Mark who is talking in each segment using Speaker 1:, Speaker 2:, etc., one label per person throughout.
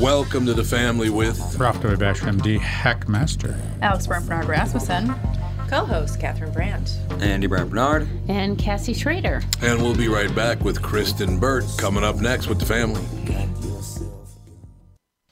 Speaker 1: Welcome to the family with
Speaker 2: Prof. Bash MD Hackmaster.
Speaker 3: Alex Bernard Rasmussen, co-host Catherine Brandt.
Speaker 4: Andy Brad Bernard.
Speaker 5: And Cassie Schrader.
Speaker 1: and we'll be right back with Kristen Burt coming up next with the family.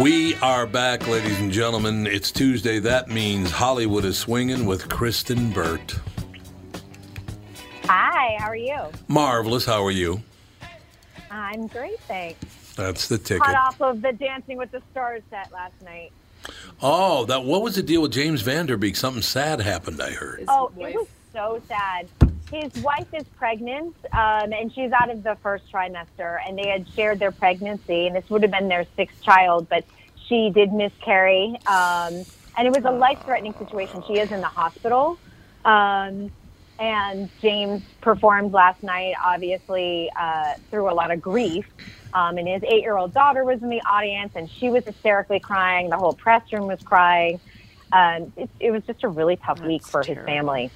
Speaker 1: We are back, ladies and gentlemen. It's Tuesday. That means Hollywood is swinging with Kristen Burt.
Speaker 6: Hi, how are you?
Speaker 1: Marvelous. How are you?
Speaker 6: I'm great, thanks.
Speaker 1: That's the ticket.
Speaker 6: Hot off of the Dancing with the Stars set last night.
Speaker 1: Oh, that what was the deal with James Vanderbeek? Something sad happened, I heard.
Speaker 6: Oh,
Speaker 3: wife.
Speaker 6: it was so sad. His wife is pregnant, um, and she's out of the first trimester, and they had shared their pregnancy, and this would have been their sixth child, but she did miscarry, um, and it was a life-threatening situation. She is in the hospital, um, and James performed last night, obviously uh, through a lot of grief. Um, and his eight-year-old daughter was in the audience, and she was hysterically crying. The whole press room was crying. Um, it, it was just a really tough week for his family.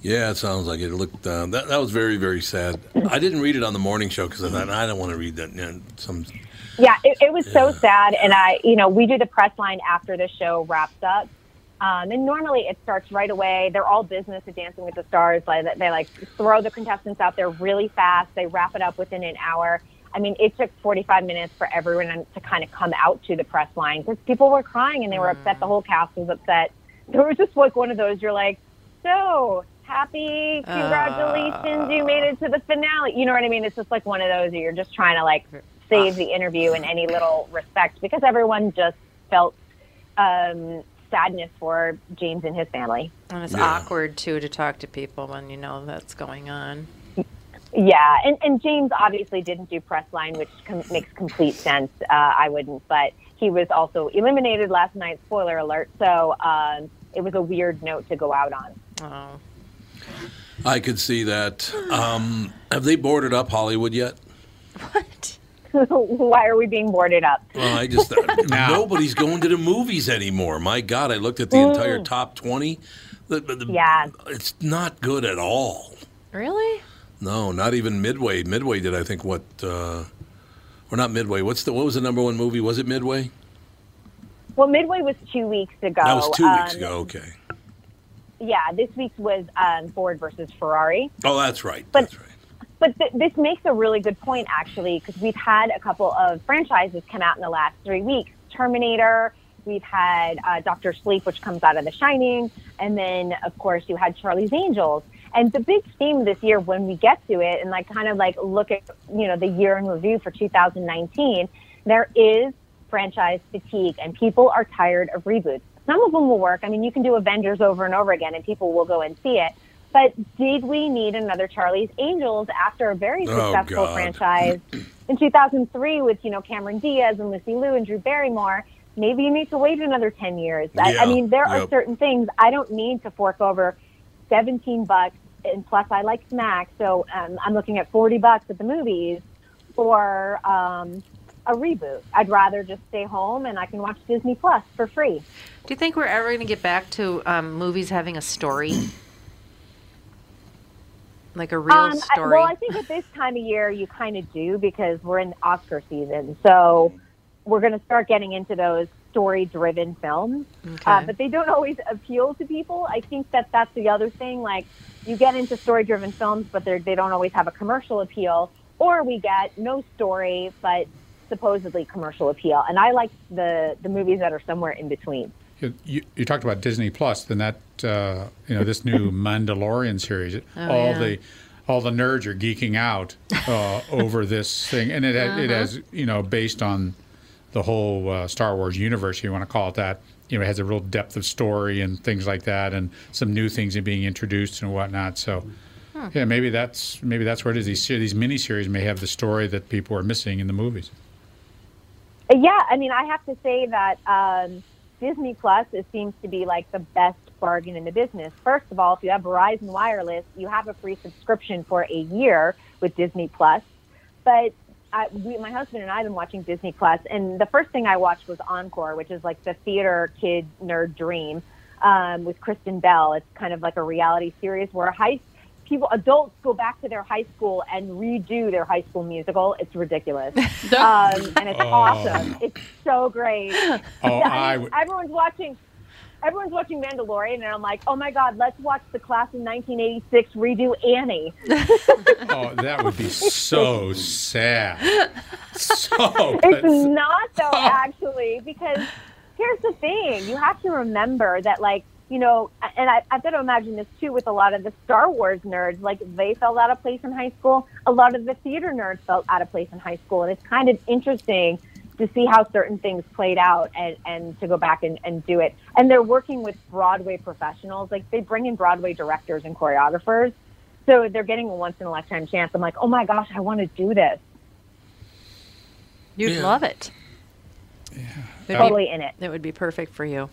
Speaker 1: Yeah, it sounds like it. Looked uh, that that was very very sad. I didn't read it on the morning show because I thought I don't want to read that. Yeah, some
Speaker 6: Yeah, it, it was so sad. And I, you know, we do the press line after the show wraps up. Um, and normally it starts right away. They're all business at Dancing with the Stars. Like they like throw the contestants out there really fast. They wrap it up within an hour. I mean, it took 45 minutes for everyone to kind of come out to the press line because people were crying and they were upset. The whole cast was upset. So it was just like one of those you're like, so happy, congratulations, you made it to the finale. You know what I mean? It's just like one of those that you're just trying to like save the interview in any little respect because everyone just felt um, sadness for James and his family.
Speaker 4: And it's
Speaker 1: Yeah.
Speaker 4: awkward too to talk to people when you know that's going on.
Speaker 6: Yeah, and, and James obviously didn't do press line, which com- makes complete sense. Uh, I wouldn't, but he was also eliminated last night. Spoiler alert! So um, it was a weird note to go out on.
Speaker 4: Oh,
Speaker 1: I could see that. Um, have they boarded up Hollywood yet?
Speaker 4: what?
Speaker 6: Why are we being boarded up?
Speaker 1: Well, I just nobody's going to the movies anymore. My God, I looked at the entire top twenty. The- the- the-
Speaker 6: Yeah.
Speaker 1: it's not good at all.
Speaker 4: Really?
Speaker 1: No, not even Midway. Midway did I think what? Uh, or not Midway? What's the what was the number one movie? Was it Midway?
Speaker 6: Well, Midway was two weeks ago.
Speaker 1: that was two weeks
Speaker 6: Um,
Speaker 1: ago. Okay.
Speaker 6: Yeah, this week was um, Ford versus Ferrari.
Speaker 1: Oh, that's right.
Speaker 6: but-
Speaker 1: that's right.
Speaker 6: But th- this makes a really good point, actually, because we've had a couple of franchises come out in the last three weeks Terminator, we've had uh, Doctor Sleep, which comes out of The Shining, and then, of course, you had Charlie's Angels. And the big theme this year, when we get to it and like kind of like look at, you know, the year in review for 2019, there is franchise fatigue and people are tired of reboots. Some of them will work. I mean, you can do Avengers over and over again and people will go and see it. But did we need another Charlie's Angels after a very
Speaker 1: Oh,
Speaker 6: successful
Speaker 1: God.
Speaker 6: franchise in 2003 with, you know, Cameron Diaz and Lucy Liu and Drew Barrymore? Maybe you need to wait another 10 years. I,
Speaker 1: Yeah,
Speaker 6: I mean, there are
Speaker 1: yep.
Speaker 6: certain things I don't need to fork over 17 bucks. And plus, I like snack. So um, I'm looking at 40 bucks at the movies for um, a reboot. I'd rather just stay home and I can watch Disney Plus for free.
Speaker 4: Do you think we're ever going to get back to um, movies having a story? Like a real
Speaker 6: Um, I,
Speaker 4: story?
Speaker 6: well, I think at this time of year you kind of do because we're in Oscar season, so we're going to start getting into those story-driven films. Uh,
Speaker 4: Okay.
Speaker 6: but they don't always appeal to people. I think that that's the other thing. Like you get into story-driven films, but they're- they don't always have a commercial appeal, or we get no story but supposedly commercial appeal. And I like the the movies that are somewhere in between.
Speaker 2: You, you, you talked about Disney Plus, then that uh, you know this new Mandalorian series. all
Speaker 1: Oh,
Speaker 4: yeah.
Speaker 2: the all the nerds are geeking out uh, over this thing, and it ha- it
Speaker 1: Uh-huh.
Speaker 2: has you know based on the whole uh, Star Wars universe, if you want to call it that. You know, it has a real depth of story and things like that, and some new things are being introduced and whatnot. So.
Speaker 1: Hmm.
Speaker 2: Yeah, maybe that's maybe that's where it is. These se- these miniseries may have the story that people are missing in the movies.
Speaker 6: Yeah, I mean, I have to say that um, Disney Plus it seems to be like the best bargain in the business. First of all, if you have Verizon Wireless, you have a free subscription for a year with Disney Plus. But I, we, my husband and I have been watching Disney Plus, and the first thing I watched was Encore, which is like the theater kid nerd dream um, with Kristen Bell. It's kind of like a reality series where high people, adults, go back to their high school and redo their high school musical. It's ridiculous, um, and it's awesome. It's so great.
Speaker 2: Oh,
Speaker 6: Yeah,
Speaker 2: I
Speaker 6: I mean,
Speaker 2: would.
Speaker 6: everyone's watching. Everyone's watching Mandalorian, and I'm like, oh my god, let's watch the class in 1986 redo Annie.
Speaker 2: Oh, that would be so sad. So
Speaker 6: It's
Speaker 2: but-
Speaker 6: not though, actually, because here's the thing: you have to remember that, like, you know, and I, I've got to imagine this too with a lot of the Star Wars nerds. Like, they felt out of place in high school. A lot of the theater nerds felt out of place in high school, and it's kind of interesting to see how certain things played out and, and to go back and, and do it. And they're working with Broadway professionals. Like, they bring in Broadway directors and choreographers. So they're getting a once in a lifetime chance. I'm like, oh my gosh, I want to do this.
Speaker 4: You'd
Speaker 1: Yeah.
Speaker 4: love it. Yeah.
Speaker 6: Totally in it.
Speaker 4: It would be perfect for you.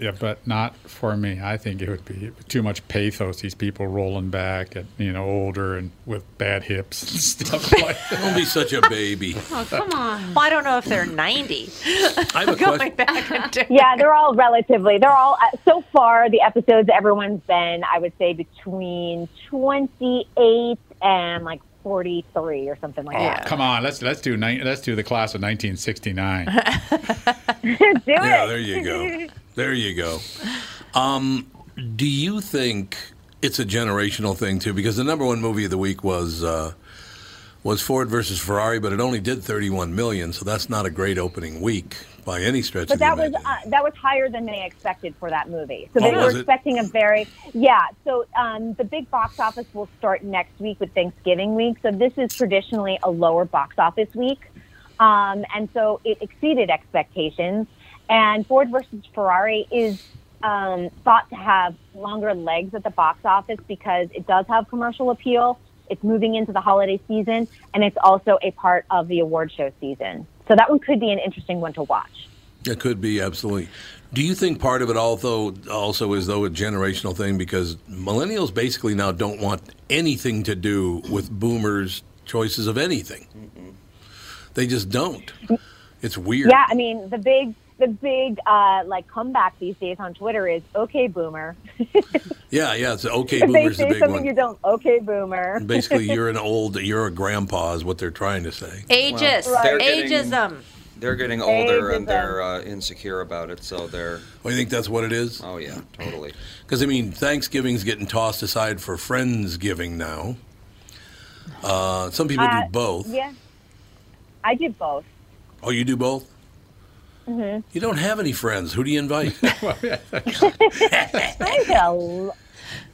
Speaker 2: yeah, but not for me. I think it would be too much pathos. These people rolling back and you know older and with bad hips and stuff like that.
Speaker 1: Don't be such a baby.
Speaker 6: Oh,
Speaker 4: Well, I don't know if they're 90
Speaker 1: Uh, I have a
Speaker 4: going
Speaker 1: question.
Speaker 4: back into
Speaker 6: Yeah, they're all relatively. They're all uh, so far the episodes everyone's been, I would say between 28 and like 43 or something like
Speaker 2: Oh,
Speaker 6: that.
Speaker 2: come on, let's let's do nine let's do the class of 1969.
Speaker 6: Do
Speaker 1: Yeah,
Speaker 6: it.
Speaker 1: there you go. There you go. Um, do you think it's a generational thing too? Because the number one movie of the week was uh, was Ford versus Ferrari, but it only did 31 million, so that's not a great opening week by any stretch
Speaker 6: But
Speaker 1: of the
Speaker 6: that was
Speaker 1: imagination.
Speaker 6: uh, that was higher than they expected for that movie. So
Speaker 1: Oh,
Speaker 6: they
Speaker 1: was
Speaker 6: were
Speaker 1: it?
Speaker 6: expecting a very yeah. So um, the big box office will start next week with Thanksgiving week. So this is traditionally a lower box office week, um, and so it exceeded expectations. And Ford versus Ferrari is um, thought to have longer legs at the box office because it does have commercial appeal. It's moving into the holiday season, and it's also a part of the award show season. So that one could be an interesting one to watch.
Speaker 1: It could be absolutely. Do you think part of it also also is though a generational thing because millennials basically now don't want anything to do with boomers' choices of anything. They just don't. It's weird.
Speaker 6: Yeah, I mean the big the big uh, like comeback these days on Twitter is okay boomer.
Speaker 1: yeah, yeah. It's okay.
Speaker 6: If they
Speaker 1: Boomers the
Speaker 6: say
Speaker 1: big
Speaker 6: something
Speaker 1: one.
Speaker 6: you don't, okay boomer.
Speaker 1: basically, you're an old, you're a grandpa is what they're trying to say.
Speaker 4: Ages.
Speaker 6: Well,
Speaker 5: they're getting-
Speaker 4: Ageism.
Speaker 5: They're getting older
Speaker 6: Ageism.
Speaker 5: and they're uh, insecure about it, so they're.
Speaker 1: Well, you think that's what it is?
Speaker 5: Oh yeah, totally.
Speaker 1: Because I mean, Thanksgiving's getting tossed aside for Friendsgiving now. Uh, some people
Speaker 6: Uh,
Speaker 1: do both.
Speaker 6: Yeah, I did both.
Speaker 1: Oh, you do both? Mm-hmm. You don't have any friends. Who do you invite?
Speaker 6: I did a l-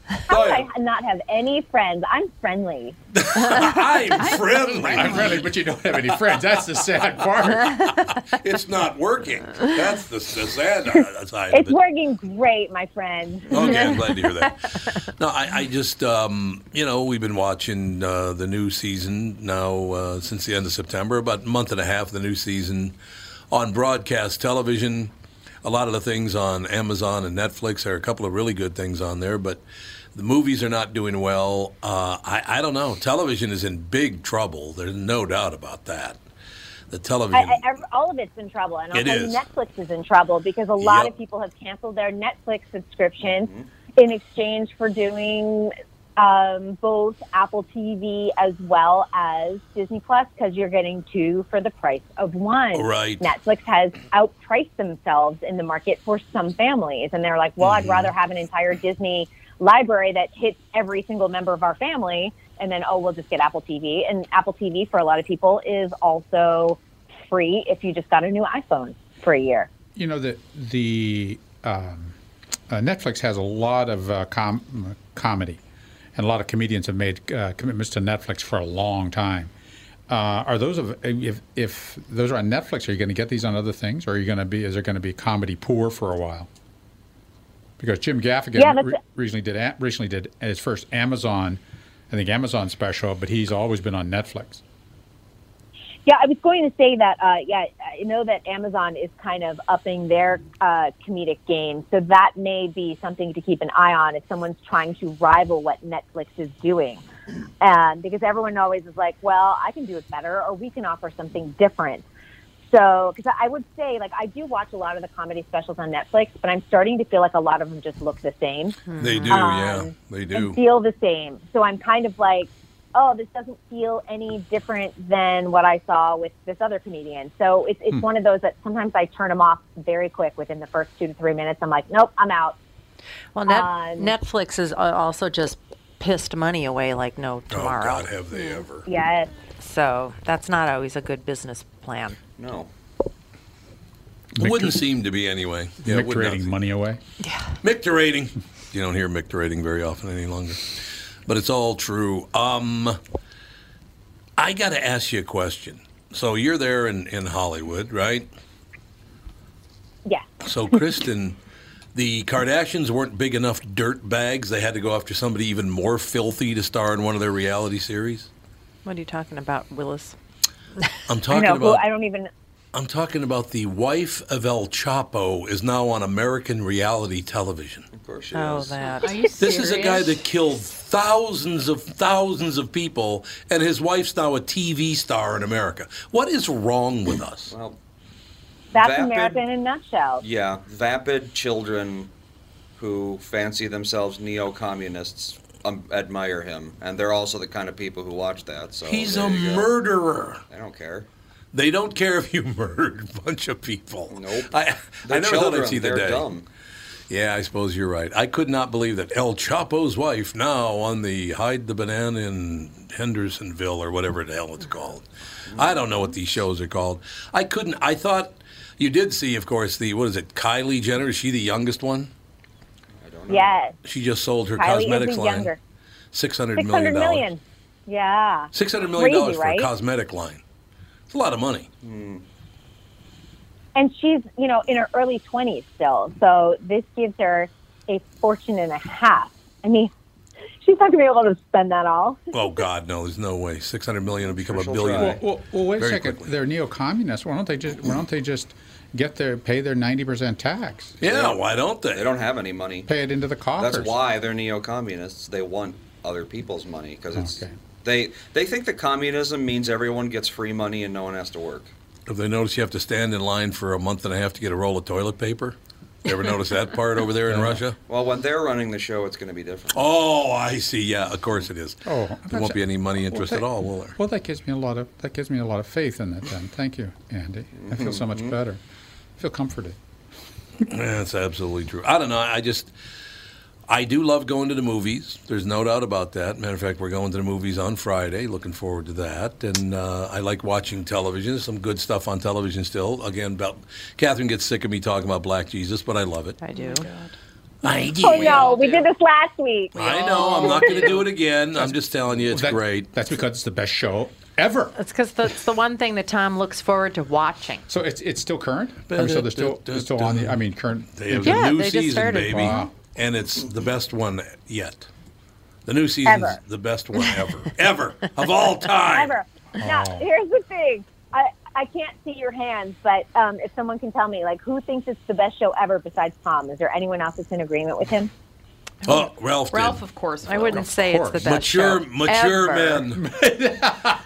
Speaker 6: How did I not have any friends? I'm friendly.
Speaker 1: I'm friendly.
Speaker 2: I'm really, but you don't have any friends. That's the sad part.
Speaker 1: It's not working. That's the, the sad uh, side
Speaker 6: It's
Speaker 1: of it.
Speaker 6: working great, my friend.
Speaker 1: Okay, Oh, I'm glad to hear that. No, I, I just, um, you know, we've been watching uh, the new season now uh, since the end of September, about a month and a half, the new season on broadcast television. A lot of the things on Amazon and Netflix are a couple of really good things on there, but the movies are not doing well. Uh, I, I don't know. Television is in big trouble. There's no doubt about that. The
Speaker 6: I,
Speaker 1: television.
Speaker 6: I, ev- all of it's in trouble, and
Speaker 1: It
Speaker 6: also
Speaker 1: is.
Speaker 6: Netflix is in trouble because a lot
Speaker 1: Yep. Mm-hmm.
Speaker 6: of people have canceled their Netflix subscription in exchange for doing um, both Apple TV as well as Disney Plus because you're getting two for the price of one.
Speaker 1: Right.
Speaker 6: Netflix has outpriced themselves in the market for some families, and they're like, "Well, I'd rather have an entire Disney library that hits every single member of our family." And then, oh, we'll just get Apple TV. And Apple TV for a lot of people is also free if you just got a new iPhone for a year.
Speaker 2: You know the the um, uh, Netflix has a lot of uh, com- comedy, and a lot of comedians have made uh, commitments to Netflix for a long time. Uh, are those of if, if those are on Netflix? Are you going to get these on other things, or are you going to be? Is there going to be comedy poor for a while? Because Jim Gaffigan
Speaker 6: Yeah, that's-
Speaker 2: re- recently did a- recently did his first Amazon, I think Amazon special, but he's always been on Netflix.
Speaker 6: Yeah, I was going to say that. Uh, yeah, I know that Amazon is kind of upping their uh, comedic game, so that may be something to keep an eye on if someone's trying to rival what Netflix is doing, um, because everyone always is like, "Well, I can do it better," or "We can offer something different." So, because I would say, like, I do watch a lot of the comedy specials on Netflix, but I'm starting to feel like a lot of them just look the same
Speaker 1: they do, yeah.
Speaker 6: um,
Speaker 1: They
Speaker 6: and
Speaker 1: do.
Speaker 6: feel the same. So I'm kind of like, oh, this doesn't feel any different than what I saw with this other comedian. So it's,
Speaker 1: Hmm.
Speaker 6: it's one of those that sometimes I turn them off very quick within the first two to three minutes. I'm like, nope, I'm out.
Speaker 4: Well, Net-
Speaker 6: Um,
Speaker 4: Netflix is al- also just pissed money away like no
Speaker 1: Oh,
Speaker 4: tomorrow.
Speaker 1: God, have they ever.
Speaker 6: Yes.
Speaker 4: So that's not always a good business plan.
Speaker 5: No.
Speaker 1: It wouldn't seem to be anyway. Yeah, it would not
Speaker 2: Micturating
Speaker 1: seem-
Speaker 2: money away.
Speaker 1: Micturating. You don't hear micturating very often any longer, but it's all true. Um, I got to ask you a question. So you're there in, in Hollywood, right?
Speaker 6: Yes.
Speaker 1: So Kristen, the Kardashians weren't big enough dirt bags. They had to go after somebody even more filthy to star in one of their reality series.
Speaker 4: What are you talking about, Willis?
Speaker 1: I'm
Speaker 6: I
Speaker 1: talking
Speaker 6: know. Who,
Speaker 1: about
Speaker 6: I don't even.
Speaker 1: I'm talking about the wife of El Chapo is now on American reality television.
Speaker 5: Of course she
Speaker 4: Oh,
Speaker 5: is.
Speaker 4: that.
Speaker 3: Are you
Speaker 1: This is a guy
Speaker 3: serious?
Speaker 1: that killed thousands of thousands of people, and his wife's now a TV star in America. What is wrong with us?
Speaker 5: Well,
Speaker 6: That's
Speaker 5: Vapid.
Speaker 6: America in a nutshell.
Speaker 5: yeah, vapid children who fancy themselves neo-communists um, admire him, and they're also the kind of people who watch that. So
Speaker 1: He's
Speaker 5: there
Speaker 1: a
Speaker 5: you go.
Speaker 1: murderer.
Speaker 5: I don't care.
Speaker 1: They don't care if you murdered a bunch of people.
Speaker 5: Nope.
Speaker 1: I, I
Speaker 5: They're
Speaker 1: never
Speaker 5: children.
Speaker 1: thought I'd see the
Speaker 5: they're
Speaker 1: day.
Speaker 5: dumb.
Speaker 1: Yeah, I suppose you're right. I could not believe that El Chapo's wife now on the Hide the Banana in Hendersonville or whatever the hell it's called. I don't know what these shows are called. I couldn't. I thought you did see, of course, the what is it? Kylie Jenner. Is she the youngest one?
Speaker 6: Yes.
Speaker 1: She just sold her
Speaker 6: Kylie is
Speaker 1: cosmetics
Speaker 6: the
Speaker 1: line.
Speaker 6: younger.
Speaker 1: Six hundred
Speaker 6: Six
Speaker 1: million
Speaker 6: hundred
Speaker 1: dollars.
Speaker 6: million. Yeah.
Speaker 1: Six hundred million dollars
Speaker 6: Crazy,
Speaker 1: for
Speaker 6: right?
Speaker 1: a cosmetic line. It's a lot of money.
Speaker 6: and she's you know in her early 20s still so this gives her a fortune and a half i mean she's not going to be able to spend that all
Speaker 1: Oh God, no! There's no way. Six hundred million to become a
Speaker 5: Sure, she'll
Speaker 1: billionaire.
Speaker 5: try.
Speaker 2: Well, well wait
Speaker 1: Very
Speaker 2: a second.
Speaker 1: quickly.
Speaker 2: They're neo-communists. Why don't they just Why don't they just get their pay their ninety percent tax?
Speaker 1: Yeah, why don't they?
Speaker 5: They don't have any money.
Speaker 2: Pay it into the coffers.
Speaker 5: That's why they're neo-communists. They want other people's money because it's
Speaker 2: Okay.
Speaker 5: they they think that communism means everyone gets free money and no one has to work.
Speaker 1: Have they noticed you have to stand in line for a month and a half to get a roll of toilet paper? You ever notice that part over there in Russia?
Speaker 5: Well, when they're running the show, it's going to be different.
Speaker 1: Oh, I see. Yeah, of course it is.
Speaker 2: Oh,
Speaker 1: there won't
Speaker 2: that's-
Speaker 1: be any money interest
Speaker 2: that-
Speaker 1: at all, will there?
Speaker 2: Well, that gives me a lot of that gives me a lot of faith in it. Then, thank you, Andy. I feel
Speaker 1: Mm-hmm.
Speaker 2: so much better. I feel comforted.
Speaker 1: That's absolutely true. I don't know. I just, I do love going to the movies. There's no doubt about that. Matter of fact, we're going to the movies on Friday. Looking forward to that. And uh, I like watching television. There's some good stuff on television still. Again, about Catherine gets sick of me talking about Black Jesus, but I love it.
Speaker 4: I
Speaker 2: Oh
Speaker 4: do.
Speaker 1: I do.
Speaker 6: oh no we did this last week
Speaker 1: I know. I'm not going to do it again. I'm just telling you, it's
Speaker 2: That-
Speaker 1: great.
Speaker 2: That's because it's the best show ever.
Speaker 4: It's because that's the one thing that Tom looks forward to watching.
Speaker 2: So it's it's still current. I mean, so they're still they're still on the. I mean, current.
Speaker 1: They have
Speaker 4: Yeah,
Speaker 1: a new
Speaker 4: they just
Speaker 1: season,
Speaker 4: started.
Speaker 1: baby,
Speaker 2: Wow.
Speaker 1: and it's the best one yet. The new season's
Speaker 6: Ever.
Speaker 1: the best one ever, ever of all time.
Speaker 6: ever now here's the thing i i can't see your hands but um, if someone can tell me like who thinks it's the best show ever besides tom is there anyone else that's in agreement with him
Speaker 1: Oh, Ralph. did.
Speaker 3: Ralph, of course.
Speaker 4: I
Speaker 3: will.
Speaker 4: wouldn't say it's the
Speaker 2: course.
Speaker 4: best
Speaker 1: mature,
Speaker 4: show
Speaker 1: mature
Speaker 4: ever.
Speaker 1: men.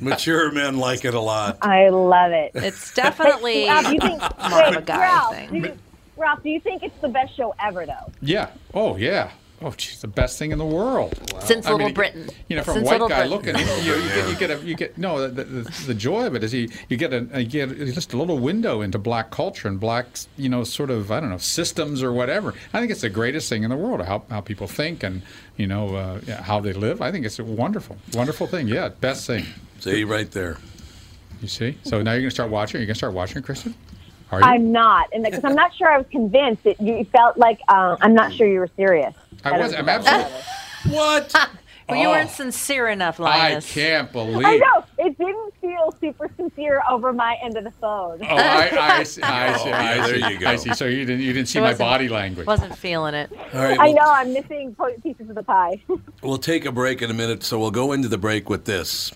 Speaker 1: mature men like it a lot.
Speaker 6: i love it
Speaker 4: It's
Speaker 6: Hey,
Speaker 4: definitely
Speaker 6: Ralph, you think,
Speaker 4: more of a
Speaker 6: wait,
Speaker 4: guy
Speaker 6: Ralph,
Speaker 4: thing.
Speaker 6: do you- Ralph, do you think it's the best show ever though
Speaker 2: Yeah. Oh yeah. Oh, geez, the best thing in the world.
Speaker 4: since
Speaker 2: I mean,
Speaker 4: Little
Speaker 2: you-
Speaker 4: Britain.
Speaker 2: You know, from
Speaker 4: since
Speaker 2: a white
Speaker 4: Little
Speaker 2: guy
Speaker 4: Britain.
Speaker 2: looking, you, you, get, you get a, you get no. The, the, the joy of it is you, you get a you get just a little window into black culture and black, you know, sort of I don't know systems or whatever. I think it's the greatest thing in the world how how people think and you know uh, yeah, how they live. I think it's a wonderful, wonderful thing. Yeah, best thing.
Speaker 1: See right there.
Speaker 2: You see. So now you're gonna start watching. You're gonna start watching, Kristen. Are you?
Speaker 6: I'm not, and because I'm not sure I was convinced that you felt like uh, I'm not sure you were serious.
Speaker 2: I
Speaker 6: That
Speaker 2: was-
Speaker 6: it
Speaker 2: I'm
Speaker 6: the best
Speaker 2: absolutely-
Speaker 6: show ever.
Speaker 1: What?
Speaker 4: Well, you
Speaker 2: Oh.
Speaker 4: weren't sincere enough,
Speaker 2: I
Speaker 4: Linus.
Speaker 2: can't believe.
Speaker 6: I know it didn't feel super sincere over my end of the phone.
Speaker 2: Oh, I, I see. I see.
Speaker 1: Oh,
Speaker 2: I
Speaker 1: yeah, there
Speaker 2: see,
Speaker 1: you go.
Speaker 2: I see. So you didn't you didn't see
Speaker 4: It
Speaker 2: my
Speaker 4: wasn't-
Speaker 2: body language.
Speaker 4: Wasn't feeling it.
Speaker 1: All right.
Speaker 6: I
Speaker 1: Well,
Speaker 6: know I'm missing po- pieces of the pie. Um,
Speaker 1: We'll take a break in a minute, so we'll go into the break with this.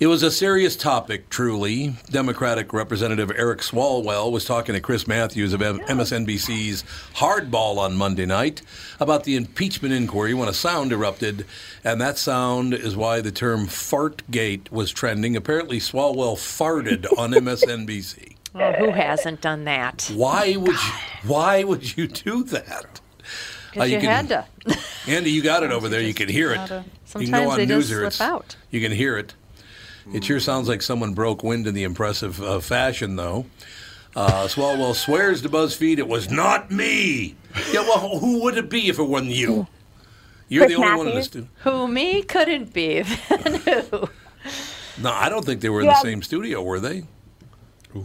Speaker 1: It was a serious topic, truly. Democratic Representative Eric Swalwell was talking to Chris Matthews of M- MSNBC's Hardball on Monday night about the impeachment inquiry when a sound erupted, and that sound is why the term fartgate was trending. Apparently, Swalwell farted on MSNBC.
Speaker 4: Oh, who hasn't done that?
Speaker 1: Why would you, why would you do that? Uh,
Speaker 4: Because you,
Speaker 1: can-
Speaker 4: had to.
Speaker 1: Andy, you got it over there. You can hear it. You
Speaker 4: Sometimes
Speaker 1: know on
Speaker 4: they just
Speaker 1: Newser,
Speaker 4: slip
Speaker 1: it's-
Speaker 4: out.
Speaker 1: You can hear it. It sure sounds like someone broke wind in the impressive uh, fashion, though. Uh, Swalwell swears to BuzzFeed it was not me. Yeah, well, who would it be if it wasn't you? You're the
Speaker 6: Chris
Speaker 1: only one in the
Speaker 6: Matthews?
Speaker 1: studio.
Speaker 4: Who me couldn't be. who?
Speaker 1: No, I don't think they were in
Speaker 6: Yeah.
Speaker 1: the same studio, were they?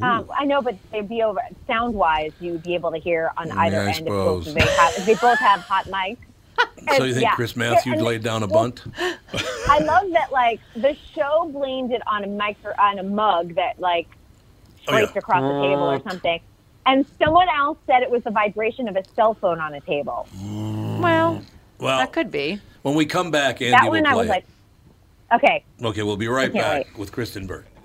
Speaker 6: Um, I know, but they'd be over sound wise. You'd be able to hear on either
Speaker 1: I
Speaker 6: end. if both-
Speaker 1: suppose.
Speaker 6: They, have, if they both have hot mics.
Speaker 1: So
Speaker 6: And,
Speaker 1: you think
Speaker 6: yeah.
Speaker 1: Chris
Speaker 6: Yeah,
Speaker 1: Matthews
Speaker 6: and
Speaker 1: laid down a bunt? Oh,
Speaker 6: I love that. Like the show blamed it on a micro on a mug that like
Speaker 1: Oh, yeah.
Speaker 6: scraped across the table or something, and someone else said it was the vibration of a cell phone on a table.
Speaker 4: Well,
Speaker 1: Well,
Speaker 4: that could be.
Speaker 1: when we come back, Andy
Speaker 6: that
Speaker 1: will
Speaker 6: one
Speaker 1: play
Speaker 6: I was
Speaker 1: it.
Speaker 6: like, okay,
Speaker 1: Okay, we'll be right
Speaker 6: I can't
Speaker 1: back with Kristen Burke.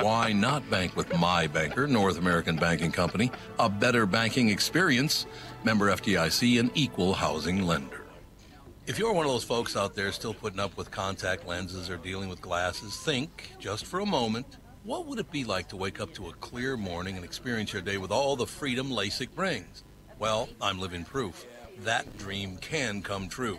Speaker 1: Why not bank with my banker, North American Banking Company? A better banking experience, member FDIC, an equal housing lender. If you're one of those folks out there still putting up with contact lenses or dealing with glasses, think just for a moment what would it be like to wake up to a clear morning and experience your day with all the freedom LASIK brings? Well, I'm living proof. That dream can come true.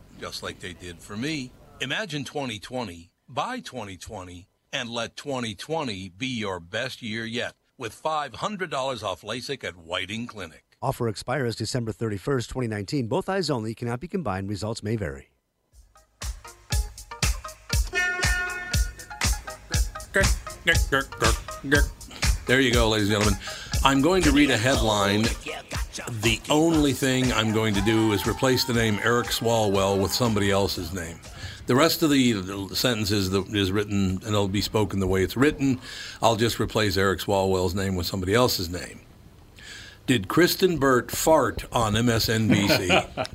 Speaker 1: just like they did for me. Imagine 2020, buy 2020, and let 2020 be your best year yet with $500 off LASIK at Whiting Clinic.
Speaker 7: Offer expires December 31st, 2019. Both eyes only cannot be combined. Results may vary.
Speaker 1: There you go, ladies and gentlemen. I'm going to read a headline. The only thing I'm going to do is replace the name Eric Swalwell with somebody else's name. The rest of the, the sentence is, the, is written and it'll be spoken the way it's written. I'll just replace Eric Swalwell's name with somebody else's name. Did Kristen Burt fart on MSNBC?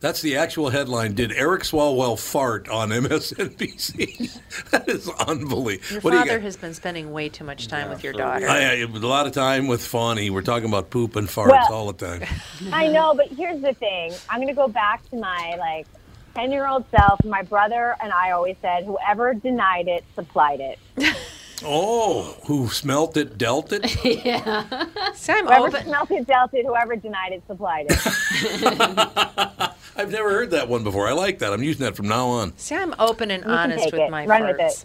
Speaker 1: That's the actual headline. Did Eric Swalwell fart on MSNBC? that is unbelievable.
Speaker 4: Your
Speaker 1: What do you
Speaker 4: father
Speaker 1: got?
Speaker 4: has been spending way too much time
Speaker 3: Oh,
Speaker 4: with your daughter.
Speaker 1: I, I, a lot of time with Fawny. We're talking about poop and farts
Speaker 6: Well-
Speaker 1: all the time.
Speaker 6: I know, but here's the thing. I'm going to go back to my like 10 year old self. My brother and I always said, whoever denied it supplied it.
Speaker 1: Oh, who smelt it, dealt it?
Speaker 6: yeah.
Speaker 4: Sam,
Speaker 6: whoever
Speaker 4: open-
Speaker 6: smelt it, dealt it. Whoever denied it supplied it.
Speaker 1: I've never heard that one before. I like that. I'm using that from now on.
Speaker 4: See, I'm open and
Speaker 6: You can
Speaker 4: honest
Speaker 6: take
Speaker 4: with
Speaker 6: it.
Speaker 4: my
Speaker 6: Run with
Speaker 4: farts.
Speaker 6: it.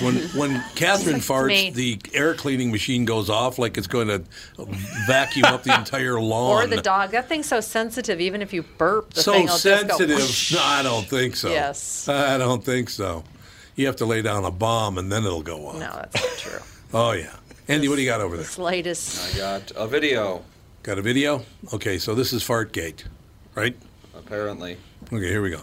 Speaker 1: when when Catherine
Speaker 4: me.
Speaker 1: farts, the air cleaning machine goes off like it's going to vacuum up the entire lawn.
Speaker 4: Or the dog. That thing's so sensitive. Even if you burp, the
Speaker 1: so
Speaker 4: thing will
Speaker 1: sensitive.
Speaker 4: just
Speaker 1: No, I don't think so.
Speaker 4: Yes.
Speaker 1: I don't think so. You have to lay down a bomb and then it'll go off.
Speaker 4: go. No, that's not true.
Speaker 1: Oh yeah. Andy, what do you got over there?
Speaker 4: Slightest.
Speaker 5: I got a video,
Speaker 1: Got a video? Okay, so this is Fartgate, right?
Speaker 5: apparently.
Speaker 1: Okay, here we go.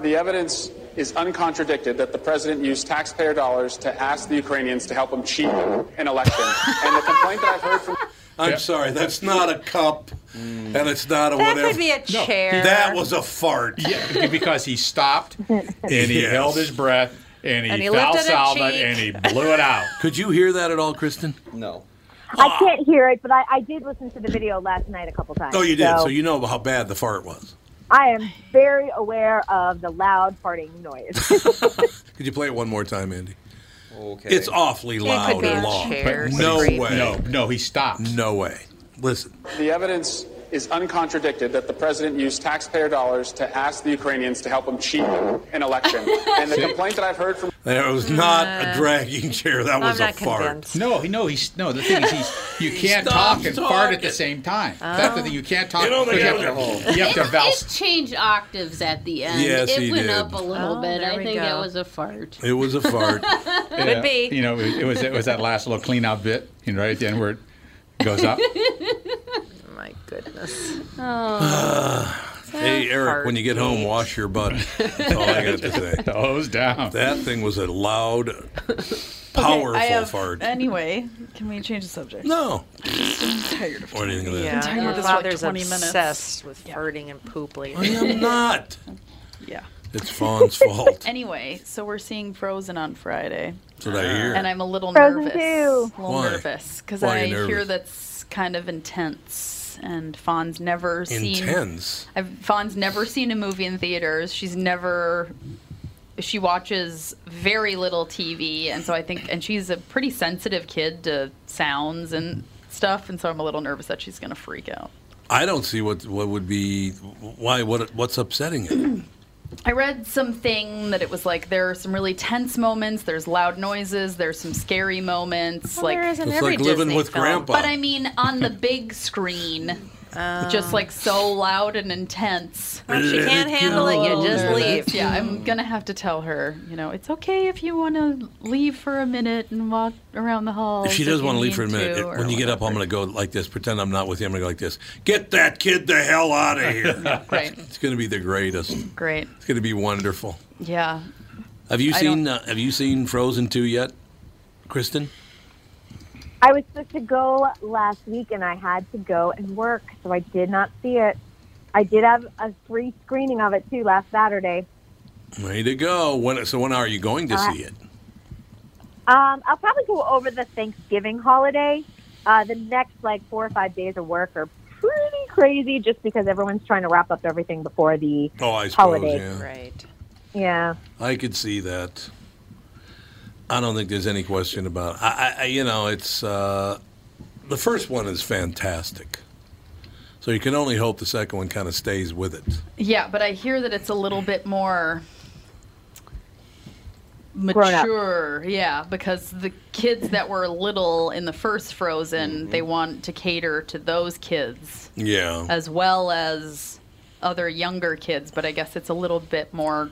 Speaker 8: The evidence is uncontradicted that the president used taxpayer dollars to ask the Ukrainians to help him cheat an election. and the complaint that I've heard from
Speaker 1: I'm sorry, that's not a cup,
Speaker 5: Mm.
Speaker 1: and it's not a
Speaker 8: That
Speaker 1: whatever.
Speaker 8: could be a No. chair.
Speaker 1: That was a fart.
Speaker 2: Yeah, because he stopped and he
Speaker 1: Yes.
Speaker 2: held his breath and he,
Speaker 1: And he
Speaker 2: foul
Speaker 1: lifted a
Speaker 2: solved
Speaker 1: cheek.
Speaker 2: it and he blew it out.
Speaker 1: Could you hear that at all, Kristen?
Speaker 5: No.
Speaker 6: I can't hear it, but I, I did listen to the video last night a couple times.
Speaker 1: Oh, you did. So you know how bad the fart was.
Speaker 6: I am very aware of the loud farting noise.
Speaker 1: Could you play it one more time, Andy?
Speaker 5: Okay.
Speaker 1: It's awfully
Speaker 6: It
Speaker 1: loud
Speaker 6: could be
Speaker 1: and
Speaker 6: a
Speaker 1: long.
Speaker 6: chair
Speaker 1: but no
Speaker 6: screaming.
Speaker 1: way.
Speaker 2: No, no, he stopped.
Speaker 1: No way. Listen.
Speaker 8: the evidence is uncontradicted that the president used taxpayer dollars to ask the Ukrainians to help him cheat an election. and the
Speaker 2: See?
Speaker 8: complaint that I've heard from
Speaker 1: There was not
Speaker 9: Uh.
Speaker 1: a dragging chair. That was a fart.
Speaker 2: No, he no, he's no. The thing is, he's you can't talk and fart at the same time. That's the thing. You can't talk.
Speaker 1: You don't think
Speaker 2: you, have
Speaker 1: I would-
Speaker 2: to, you have to
Speaker 10: It-
Speaker 2: vowel.
Speaker 10: It changed octaves at the end.
Speaker 2: Yes,
Speaker 10: it
Speaker 2: he
Speaker 10: went
Speaker 2: did.
Speaker 10: up a little
Speaker 4: Oh,
Speaker 10: bit.
Speaker 4: there
Speaker 10: I
Speaker 4: we
Speaker 10: think
Speaker 4: go.
Speaker 10: that was a fart.
Speaker 1: It was a fart.
Speaker 2: Yeah, You know, it, it was it was that last little clean out bit. You know, right at the end where it goes up.
Speaker 4: Oh, My goodness.
Speaker 1: Uh, hey, Eric, when you get home, wash your butt. That's all I got to say.
Speaker 2: the
Speaker 9: Oh,
Speaker 2: hose down.
Speaker 1: That thing was a loud, powerful
Speaker 9: I have,
Speaker 1: fart.
Speaker 9: Anyway, can we change the subject?
Speaker 1: No.
Speaker 9: I'm tired of
Speaker 1: Or anything like that.
Speaker 9: Yeah.
Speaker 4: Yeah,
Speaker 9: Timer
Speaker 4: your
Speaker 9: just, like,
Speaker 4: father's
Speaker 9: 20 minutes.
Speaker 4: obsessed with farting and poop
Speaker 9: I
Speaker 4: lately.
Speaker 9: am
Speaker 1: not.
Speaker 9: Yeah.
Speaker 1: It's Fawn's fault.
Speaker 9: Anyway, so we're seeing Frozen on Friday.
Speaker 1: That's what I hear.
Speaker 9: And I'm a little
Speaker 6: Frozen
Speaker 9: nervous.
Speaker 6: too.
Speaker 9: A little
Speaker 1: Why?
Speaker 9: nervous because
Speaker 1: Why are
Speaker 9: I
Speaker 1: you
Speaker 9: hear
Speaker 1: nervous?
Speaker 9: that's kind of intense. And Fawn's never seen
Speaker 1: Intense?
Speaker 9: I've, Fawn's never seen a movie in theaters. She's never. She watches very little TV, and so I think, and she's a pretty sensitive kid to sounds and stuff, and so I'm a little nervous that she's gonna freak out.
Speaker 1: I don't see what what would be why what what's upsetting it.
Speaker 9: I read something that it was like there are some really tense moments, there's loud noises, there's some scary moments.
Speaker 3: Well,
Speaker 9: like
Speaker 3: there is in It's every like living Disney with film. Grandpa.
Speaker 9: But I mean, on the big screen, just like so loud and intense.
Speaker 3: If she can't handle it, you just
Speaker 9: Oh,
Speaker 3: leave.
Speaker 9: that's- Yeah, I'm gonna have to tell her. You know, it's okay if you want to leave for a minute and walk around the hall.
Speaker 1: If she does want to leave for a minute, it- when you get up, I'm going to go like this. Pretend I'm not with you. I'm going to go like this. Get that kid the hell out of here.
Speaker 9: right.
Speaker 1: It's going to be the greatest.
Speaker 9: Great.
Speaker 1: It's going to be wonderful.
Speaker 9: Yeah.
Speaker 1: Have you
Speaker 9: I
Speaker 1: seen uh, Have you seen Frozen two yet, Kristen?
Speaker 6: I was supposed to go last week and I had to go and work, so I did not see it. I did have a free screening of it too last Saturday.
Speaker 1: Way to go. When, so when are you going to
Speaker 6: Uh,
Speaker 1: see it?
Speaker 6: Um, I'll probably go over the Thanksgiving holiday. Uh, the next like four or five days of work are pretty crazy just because everyone's trying to wrap up everything before the
Speaker 1: Oh, I suppose.
Speaker 6: holiday.
Speaker 1: Yeah.
Speaker 3: Right.
Speaker 6: Yeah.
Speaker 1: I could see that. I don't think there's any question about. It. I, I, I you know, it's uh, the first one is fantastic. So you can only hope the second one kind of stays with it.
Speaker 9: Yeah, but I hear that it's a little bit more
Speaker 6: Grown up.
Speaker 9: mature. Yeah, because the kids that were little in the first Frozen, they want to cater to those kids
Speaker 1: Yeah.
Speaker 9: as well as other younger kids. But I guess it's a little bit more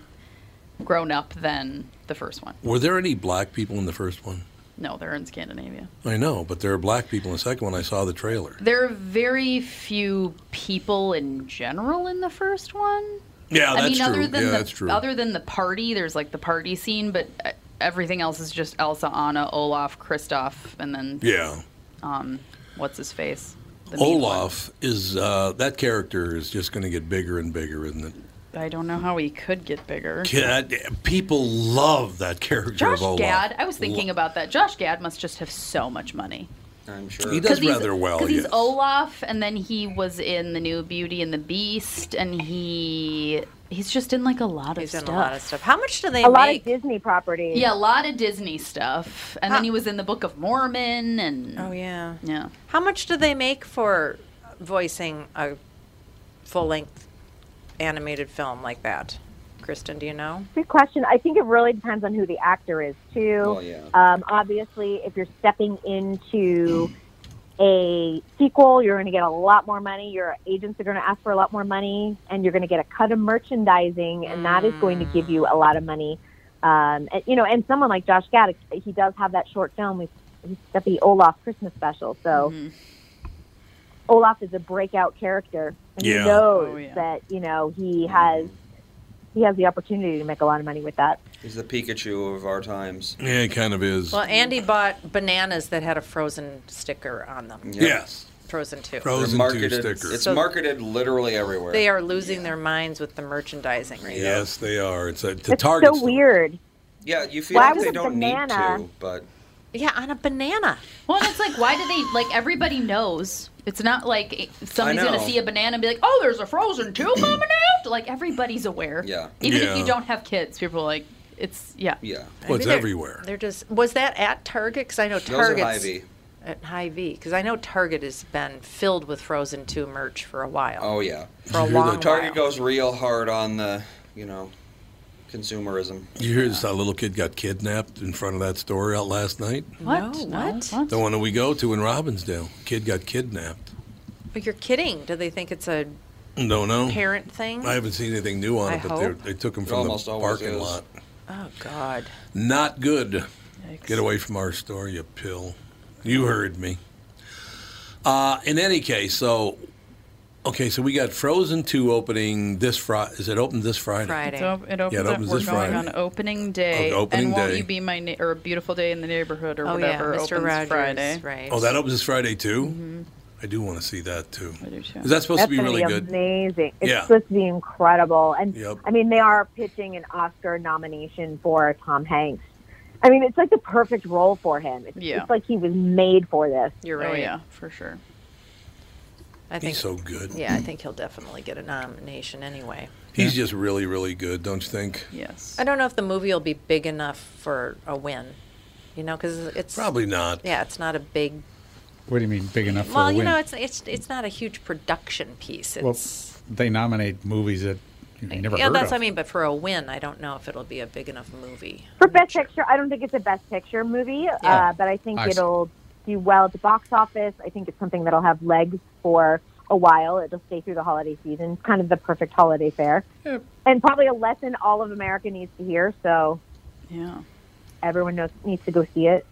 Speaker 9: grown up than the first one.
Speaker 1: Were there any black people in the first one?
Speaker 9: No, they're in Scandinavia.
Speaker 1: I know, but there are black people in the second one. I saw the trailer.
Speaker 9: There are very few people in general in the first one.
Speaker 1: Yeah,
Speaker 9: I
Speaker 1: that's
Speaker 9: mean, other
Speaker 1: true.
Speaker 9: than
Speaker 1: Yeah,
Speaker 9: the,
Speaker 1: that's true.
Speaker 9: Other than the party, there's like the party scene, but uh, everything else is just Elsa, Anna, Olaf, Kristoff, and then
Speaker 1: Yeah.
Speaker 9: um, what's his face? The meat
Speaker 1: Olaf is uh, that character is just going to get bigger and bigger, isn't it?
Speaker 9: one. I don't know how he could get bigger.
Speaker 1: Kid, people love that character
Speaker 9: Josh
Speaker 1: of Olaf.
Speaker 9: Gad, I was thinking about that. Josh Gad must just have so much money.
Speaker 5: I'm sure
Speaker 1: He does rather well.
Speaker 9: Because
Speaker 1: Yes.
Speaker 9: he's Olaf, and then he was in the new Beauty and the Beast, and he he's just in like a lot of stuff.
Speaker 3: in a lot of stuff. How much do they
Speaker 6: a lot of
Speaker 3: make?
Speaker 6: Disney properties.
Speaker 9: Yeah, a lot of Disney stuff, and then he was in the Book of Mormon, and
Speaker 3: Oh yeah.
Speaker 9: yeah,
Speaker 3: How much do they make for voicing a full-length animated film like that? Kristen, do you know?
Speaker 6: Good question. I think it really depends on who the actor is too.
Speaker 3: Oh, yeah.
Speaker 6: Um, obviously, if you're stepping into a sequel, you're going to get a lot more money. Your agents are going to ask for a lot more money, and you're going to get a cut of merchandising, and that is going to
Speaker 3: Mm.
Speaker 6: give you a lot of money. Um, and, you know, and someone like Josh Gad, he does have that short film. We he's got the Olaf Christmas special, so
Speaker 9: Mm-hmm.
Speaker 6: Olaf is a breakout character, and
Speaker 11: Yeah.
Speaker 9: Oh,
Speaker 6: he knows that you know he has he has the opportunity to make a lot of money with that.
Speaker 5: He's the Pikachu of our times.
Speaker 1: Yeah, it kind of is.
Speaker 3: Well, Andy bought bananas that had a Frozen sticker on them.
Speaker 5: Yeah. Yes.
Speaker 3: Frozen too.
Speaker 5: They're marketed, It's
Speaker 3: So
Speaker 5: marketed literally everywhere.
Speaker 3: They are losing their minds with the merchandising right now.
Speaker 1: Yes, they are. It's a, it's a
Speaker 3: It's so
Speaker 1: target. store.
Speaker 6: weird.
Speaker 5: Yeah, you feel
Speaker 3: Why
Speaker 5: like
Speaker 3: was
Speaker 5: they
Speaker 3: it
Speaker 5: don't need
Speaker 3: banana?
Speaker 5: to, but
Speaker 3: Yeah, on a banana.
Speaker 9: Well, and it's like, why do they like? Everybody knows. It's not like somebody's
Speaker 5: I know.
Speaker 9: gonna see a banana and be like, "Oh, there's a Frozen two coming out." Like everybody's aware.
Speaker 5: Yeah.
Speaker 9: Even
Speaker 5: Yeah.
Speaker 9: if you don't have kids, people are like, it's yeah.
Speaker 5: Yeah.
Speaker 1: Well, it's
Speaker 3: Maybe they're-
Speaker 1: everywhere.
Speaker 3: They're just. Was that at Target? Because I know
Speaker 5: Those are
Speaker 3: Target.
Speaker 5: Hy-Vee.
Speaker 3: At High V, because I know Target has been filled with Frozen Two merch for a while.
Speaker 5: oh yeah.
Speaker 3: For a long
Speaker 5: Target
Speaker 3: while.
Speaker 5: goes real hard on the, you know, consumerism.
Speaker 1: You hear this? A little kid got kidnapped in front of that store out last night.
Speaker 3: What? what?
Speaker 1: The one that we go to in Robbinsdale. Kid got kidnapped.
Speaker 3: But you're kidding. Do they think it's a
Speaker 1: Don't know.
Speaker 3: parent thing?
Speaker 1: I haven't seen anything new on
Speaker 3: I
Speaker 1: it, but they're-
Speaker 3: hope.
Speaker 1: they took him
Speaker 5: It
Speaker 1: from
Speaker 5: almost
Speaker 1: the
Speaker 5: always
Speaker 1: parking
Speaker 5: is.
Speaker 1: lot.
Speaker 3: Oh God.
Speaker 1: Not good. Get away from our store, you pill. You heard me. Uh, in any case, so okay, so we got Frozen Two opening this Friday. Is it open this Friday?
Speaker 9: It's op- it opens
Speaker 1: yeah, it opens
Speaker 9: up. We're
Speaker 1: this
Speaker 9: going
Speaker 1: Friday.
Speaker 9: on opening day.
Speaker 1: Oh, opening
Speaker 9: and won't
Speaker 1: day.
Speaker 9: you be my na- or a beautiful day in the neighborhood or
Speaker 3: Oh, yeah,
Speaker 9: whatever
Speaker 3: Mr.
Speaker 9: opens
Speaker 3: Rogers,
Speaker 9: Friday.
Speaker 3: Right.
Speaker 1: Oh, that opens this Friday too. I do want to see that too. I do
Speaker 9: Mm-hmm. too.
Speaker 1: Is that supposed
Speaker 6: That's
Speaker 1: to be
Speaker 6: gonna
Speaker 1: really good?
Speaker 6: Amazing. It's
Speaker 1: Yeah.
Speaker 6: supposed to be incredible. And
Speaker 1: Yep.
Speaker 6: I mean, they are pitching an Oscar nomination for Tom Hanks. I mean, it's like the perfect role for him. It's,
Speaker 9: Yeah.
Speaker 6: it's like he was made for this.
Speaker 3: You're
Speaker 9: Oh
Speaker 3: right.
Speaker 9: yeah, for sure.
Speaker 3: I think
Speaker 1: He's so good.
Speaker 3: Yeah, I think he'll definitely get a nomination anyway.
Speaker 1: He's just really, really good, don't you think?
Speaker 9: Yes.
Speaker 3: I don't know if the movie will be big enough for a win. You know, because it's
Speaker 1: Probably not.
Speaker 3: Yeah, it's not a big.
Speaker 2: What do you mean big enough for
Speaker 3: well,
Speaker 2: a
Speaker 3: you
Speaker 2: win?
Speaker 3: know, it's it's it's not a huge production piece. It's
Speaker 2: well, they nominate movies that you never
Speaker 3: yeah,
Speaker 2: heard
Speaker 3: that's
Speaker 2: of.
Speaker 3: what I mean. But for a win, I don't know if it'll be a big enough movie.
Speaker 6: For Best Picture, I don't think it's a Best Picture movie,
Speaker 3: Yeah.
Speaker 6: uh, but I think
Speaker 3: I see.
Speaker 6: it'll do well at the box office. I think it's something that'll have legs for a while. It'll stay through the holiday season. It's kind of the perfect holiday fare. And probably a lesson all of America needs to hear, so
Speaker 9: yeah,
Speaker 6: everyone knows, needs to go see it.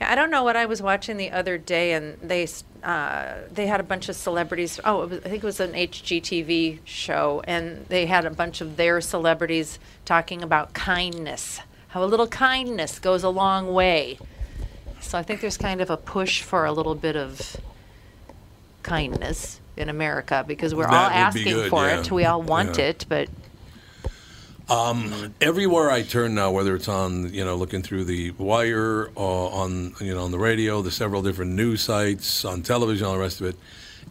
Speaker 3: Yeah, I don't know what I was watching the other day, and they s- uh, they had a bunch of celebrities. Oh, it was, I think it was an HGTV show, and they had a bunch of their celebrities talking about kindness, how a little kindness goes a long way. So I think there's kind of a push for a little bit of kindness in America because we're all
Speaker 1: That would be
Speaker 3: asking
Speaker 1: good,
Speaker 3: for
Speaker 1: yeah.
Speaker 3: it, we all want
Speaker 1: Yeah.
Speaker 3: it, but
Speaker 1: Um, everywhere I turn now, whether it's on you know looking through the wire, uh, on you know on the radio, the several different news sites, on television, all the rest of it,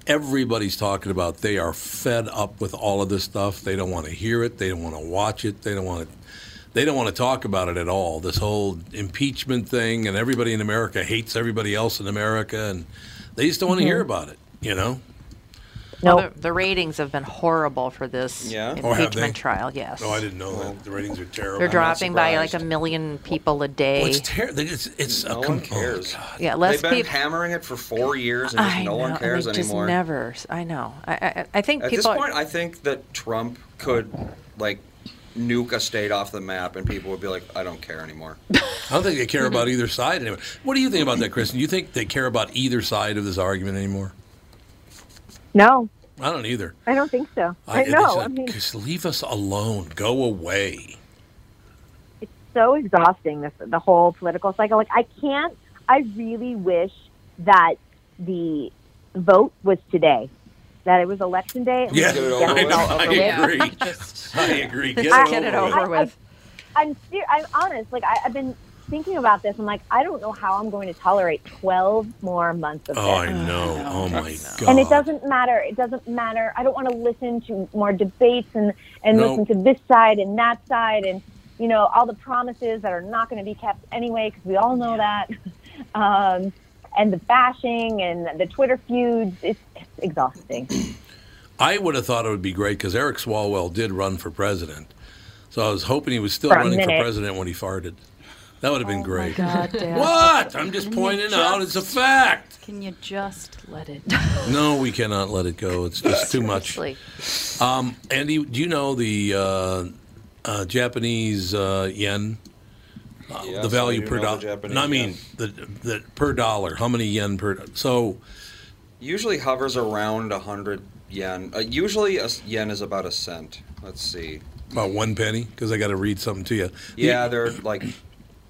Speaker 1: everybody's talking about they are fed up with all of this stuff. They don't want to hear it. They don't want to watch it. They don't want to. They don't want to talk about it at all. This whole impeachment thing, and everybody in America hates everybody else in America, and they just don't want to
Speaker 3: Mhm.
Speaker 1: hear about it. You know.
Speaker 3: Well, the, the ratings have been horrible for this
Speaker 1: Yeah? Oh, have they?
Speaker 3: impeachment trial. Yes.
Speaker 1: Oh, I didn't know that. The ratings are terrible.
Speaker 3: They're dropping by like a million people a day.
Speaker 1: Well, it's terrible. It's, it's no a oh, one cares.
Speaker 3: Yeah, less
Speaker 5: They've been
Speaker 3: peop-
Speaker 5: hammering it for four years, and just
Speaker 3: I
Speaker 5: no
Speaker 3: know,
Speaker 5: one
Speaker 3: and
Speaker 5: cares
Speaker 3: they
Speaker 5: anymore.
Speaker 3: Just never. I know. I, I, I think
Speaker 5: At this
Speaker 3: people.
Speaker 5: point, I think that Trump could like nuke a state off the map, and people would be like, "I don't care anymore."
Speaker 1: I don't think they care about either side anymore. What do you think about that, Kristen? You think they care about either side of this argument anymore?
Speaker 6: No,
Speaker 1: I don't either.
Speaker 6: I don't think so. I,
Speaker 1: it's
Speaker 6: know.
Speaker 1: like,
Speaker 6: I mean,
Speaker 1: just leave us alone. Go away.
Speaker 6: so exhausting this the whole political cycle like i can't i really wish that the vote was today that it was election day and we
Speaker 1: Yeah,
Speaker 6: could get
Speaker 1: I,
Speaker 6: it all over with.
Speaker 1: agree. I agree. Get,
Speaker 6: I-
Speaker 1: it over.
Speaker 6: I- I, am ser- I'm honest. Like I, I've been thinking about this. I'm like, I don't know how I'm going to tolerate 12 more months of
Speaker 1: Oh, I
Speaker 6: this.
Speaker 1: know. Oh, my God.
Speaker 6: And it doesn't matter. It doesn't matter. I don't want to listen to more debates and and
Speaker 1: No.
Speaker 6: listen to this side and that side and you know all the promises that are not going to be kept anyway because we all know that. Um, and the bashing and the Twitter feuds. It's, it's exhausting.
Speaker 1: I would have thought it would be great because Eric Swalwell did run for president. So I was hoping he was still
Speaker 6: For a
Speaker 1: running for
Speaker 6: minute.
Speaker 1: president when he farted. That would have been great.
Speaker 9: God, Dad.
Speaker 1: What? I'm just
Speaker 9: Can you
Speaker 1: pointing out it's a
Speaker 9: just-
Speaker 1: fact.
Speaker 9: Can you just let it?
Speaker 1: No, we cannot let it go. It's just too much. Um, Andy, do you know the uh, uh, Japanese uh, yen? Uh,
Speaker 5: Yes, I
Speaker 1: the value
Speaker 5: do
Speaker 1: per
Speaker 5: know the
Speaker 1: dollar.
Speaker 5: Japanese
Speaker 1: I mean, the, the per dollar. How many yen per? So
Speaker 5: Usually hovers around a hundred yen. Uh, usually, a s- yen is about a cent. Let's see.
Speaker 1: about one penny, because I got to read something to you.
Speaker 5: Yeah, they're like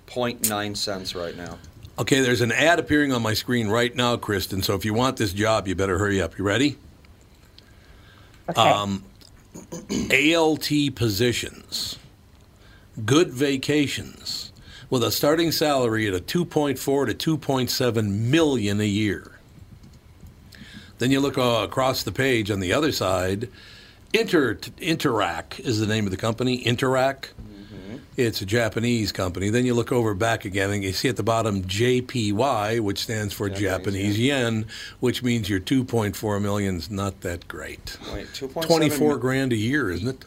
Speaker 5: 0.9 cents right now.
Speaker 1: Okay, there's an ad appearing on my screen right now, Kristen. So if you want this job, you better hurry up. You ready?
Speaker 6: Okay.
Speaker 1: Um, ALT positions, good vacations, with a starting salary at a 2.4 to 2.7 million a year. Then you look uh, across the page on the other side. Inter Interac is the name of the company. Interac. It's a Japanese company. Then you look over back again and you see at the bottom JPY, which stands for Japanese, yen. which means your 2.4 million's not that great.
Speaker 5: Wait, 2.7
Speaker 1: 24
Speaker 5: mil-
Speaker 1: grand a year, isn't it?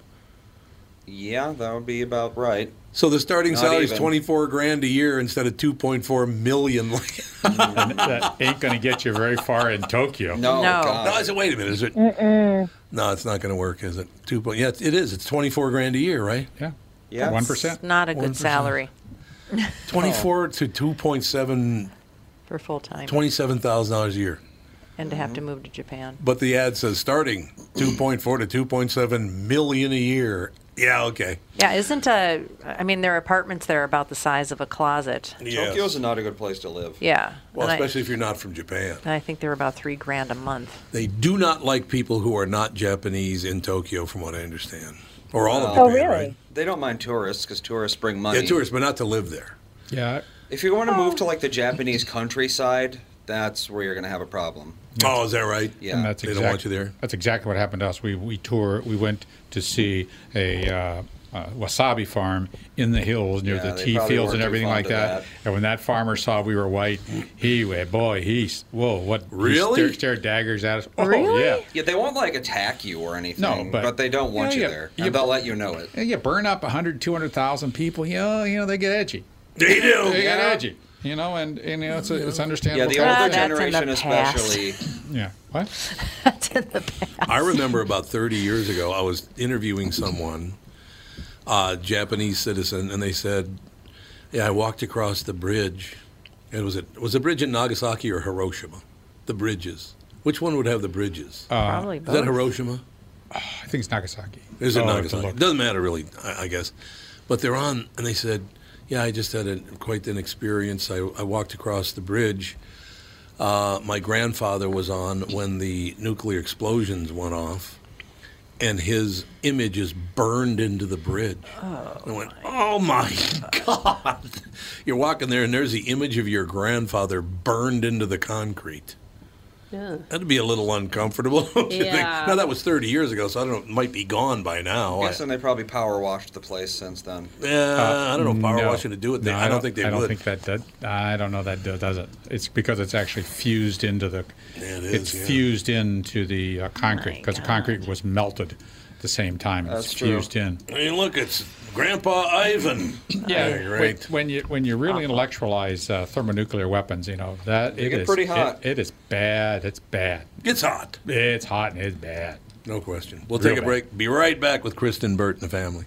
Speaker 5: Yeah, that would be about right.
Speaker 1: So the starting
Speaker 5: Not
Speaker 1: salary is
Speaker 5: even.
Speaker 1: 24 grand a year instead of 2.4 million. like-
Speaker 2: that ain't going to get you very far in Tokyo.
Speaker 1: no, I said, wait a minute. Is it? No, it's not going to work, is it? Two point. Yeah, it is. It's 24 grand a year, right?
Speaker 2: Yeah.
Speaker 5: Yeah.
Speaker 3: It's not a good
Speaker 1: 1%.
Speaker 3: salary
Speaker 5: Oh.
Speaker 1: 24 to 2.7
Speaker 3: for full time,
Speaker 1: $27,000 a year.
Speaker 3: and to
Speaker 1: Mm-hmm.
Speaker 3: have to move to Japan.
Speaker 1: But the ad says starting 2.4 to 2.7 million a year. Yeah, okay.
Speaker 3: Yeah, isn't uh, I mean, there are apartments there about the size of a closet.
Speaker 5: Tokyo's not a good place to live.
Speaker 3: Yeah.
Speaker 1: Well,
Speaker 3: and I-
Speaker 1: especially if you're not from Japan.
Speaker 3: and I, think they're about three grand a month.
Speaker 1: They do not like people who are not Japanese in Tokyo, from what I understand. Or all of
Speaker 3: Oh,
Speaker 5: Well,
Speaker 1: Japan, right?
Speaker 5: They don't mind tourists because tourists bring money.
Speaker 1: Yeah, tourists, but not to live there.
Speaker 2: Yeah.
Speaker 5: If you want to move to like the Japanese countryside, that's where you're going to have a problem.
Speaker 1: Oh, is that right?
Speaker 5: Yeah.
Speaker 2: And that's exact- That's exactly what happened to us. We we tour. We went to see a uh, uh, wasabi farm in the hills near
Speaker 5: Yeah,
Speaker 2: the
Speaker 5: they
Speaker 2: tea
Speaker 5: probably
Speaker 2: fields
Speaker 5: weren't
Speaker 2: and
Speaker 5: too
Speaker 2: everything
Speaker 5: fond
Speaker 2: like
Speaker 5: of
Speaker 2: that.
Speaker 5: that.
Speaker 2: And when that farmer saw we were white, he went, boy, he's whoa, what? he
Speaker 5: Really?
Speaker 2: stared, stared daggers at us. Oh yeah.
Speaker 5: Yeah, they won't like attack you or anything.
Speaker 2: No, but-
Speaker 5: they don't want
Speaker 2: Yeah,
Speaker 5: you
Speaker 2: yeah,
Speaker 5: there,
Speaker 2: yeah,
Speaker 5: and they'll let you know it.
Speaker 2: And you burn up 100, 200,000 people, you know, you know, they get edgy.
Speaker 5: They do.
Speaker 2: They get
Speaker 5: Yeah.
Speaker 2: edgy. You know, and, and you know, it's, it's
Speaker 5: Yeah,
Speaker 2: understandable.
Speaker 5: the older generation especially.
Speaker 2: Yeah. What?
Speaker 1: I remember about 30 years ago, I was interviewing someone, a Japanese citizen, and they said, "Yeah, I walked across the bridge. It was it was a bridge in Nagasaki or Hiroshima. The bridges. Which one would have the bridges?
Speaker 2: Probably
Speaker 1: Is that
Speaker 2: both.
Speaker 1: Hiroshima?
Speaker 2: Uh, I think it's Nagasaki. Oh,
Speaker 1: Is it
Speaker 2: I'll have to
Speaker 1: Nagasaki?
Speaker 2: look.
Speaker 1: Doesn't matter really, I, I guess. But they're on, and they said, "Yeah, I just had a, quite an experience. I, I walked across the bridge. Uh, my grandfather was on when the nuclear explosions went off, and his image is burned into the bridge." Oh, I went, "Oh my God!" You're walking there, and there's the image of your grandfather burned into the concrete. That'd be a little uncomfortable. don't you think?
Speaker 5: Yeah.
Speaker 1: Now that was 30 years ago, so I don't know. It might be gone by now.
Speaker 5: I
Speaker 1: I-
Speaker 5: guess and they probably power washed the place since then.
Speaker 1: Yeah, Uh,
Speaker 2: Uh,
Speaker 1: I don't know if power
Speaker 2: no.
Speaker 1: washing to do it. They,
Speaker 2: No,
Speaker 1: I, don't think they
Speaker 2: I don't
Speaker 1: would.
Speaker 2: think that, that. I don't know that do- does it. It's because it's actually fused into the.
Speaker 1: it is,
Speaker 2: it's
Speaker 1: yeah.
Speaker 2: fused into the uh, concrete because the concrete was melted at the same time. it's fused in.
Speaker 1: I mean, look, it's Grandpa Ivan.
Speaker 2: Yeah,
Speaker 1: right.
Speaker 2: when, when you when you really intellectualize uh, thermonuclear weapons, you know that
Speaker 1: They
Speaker 2: it
Speaker 1: get
Speaker 2: is-
Speaker 1: pretty
Speaker 2: it-
Speaker 1: hot.
Speaker 2: it is bad. It's bad.
Speaker 1: It's hot.
Speaker 2: It's hot and it's bad.
Speaker 1: No question. We'll
Speaker 2: Real
Speaker 1: take a
Speaker 2: bad.
Speaker 1: break. Be right back with Kristen Burt and the family.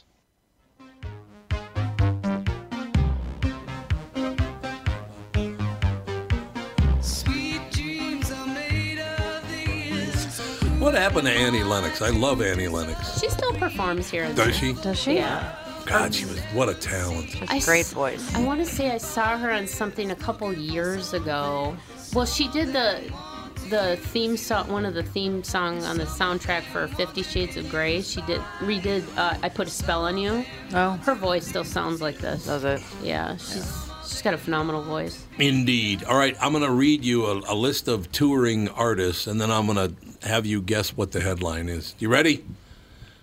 Speaker 1: What happened to Annie Lennox? I love Annie Lennox.
Speaker 10: She still performs here. and
Speaker 1: Does
Speaker 10: there.
Speaker 1: she? Does she?
Speaker 10: Yeah.
Speaker 1: God, she was what a talent.
Speaker 10: I s- I want to say I saw her on something a couple years ago. Well, she did the the theme song, one of the theme songs on the soundtrack for Fifty Shades of Grey. She did redid uh, I Put a Spell on You. Oh. Her voice still sounds like this. Does it? Yeah. She's she's got a phenomenal voice.
Speaker 1: Indeed. All right, I'm going to read you a, a list of touring artists, and then I'm going to have you guess what the headline is. You ready?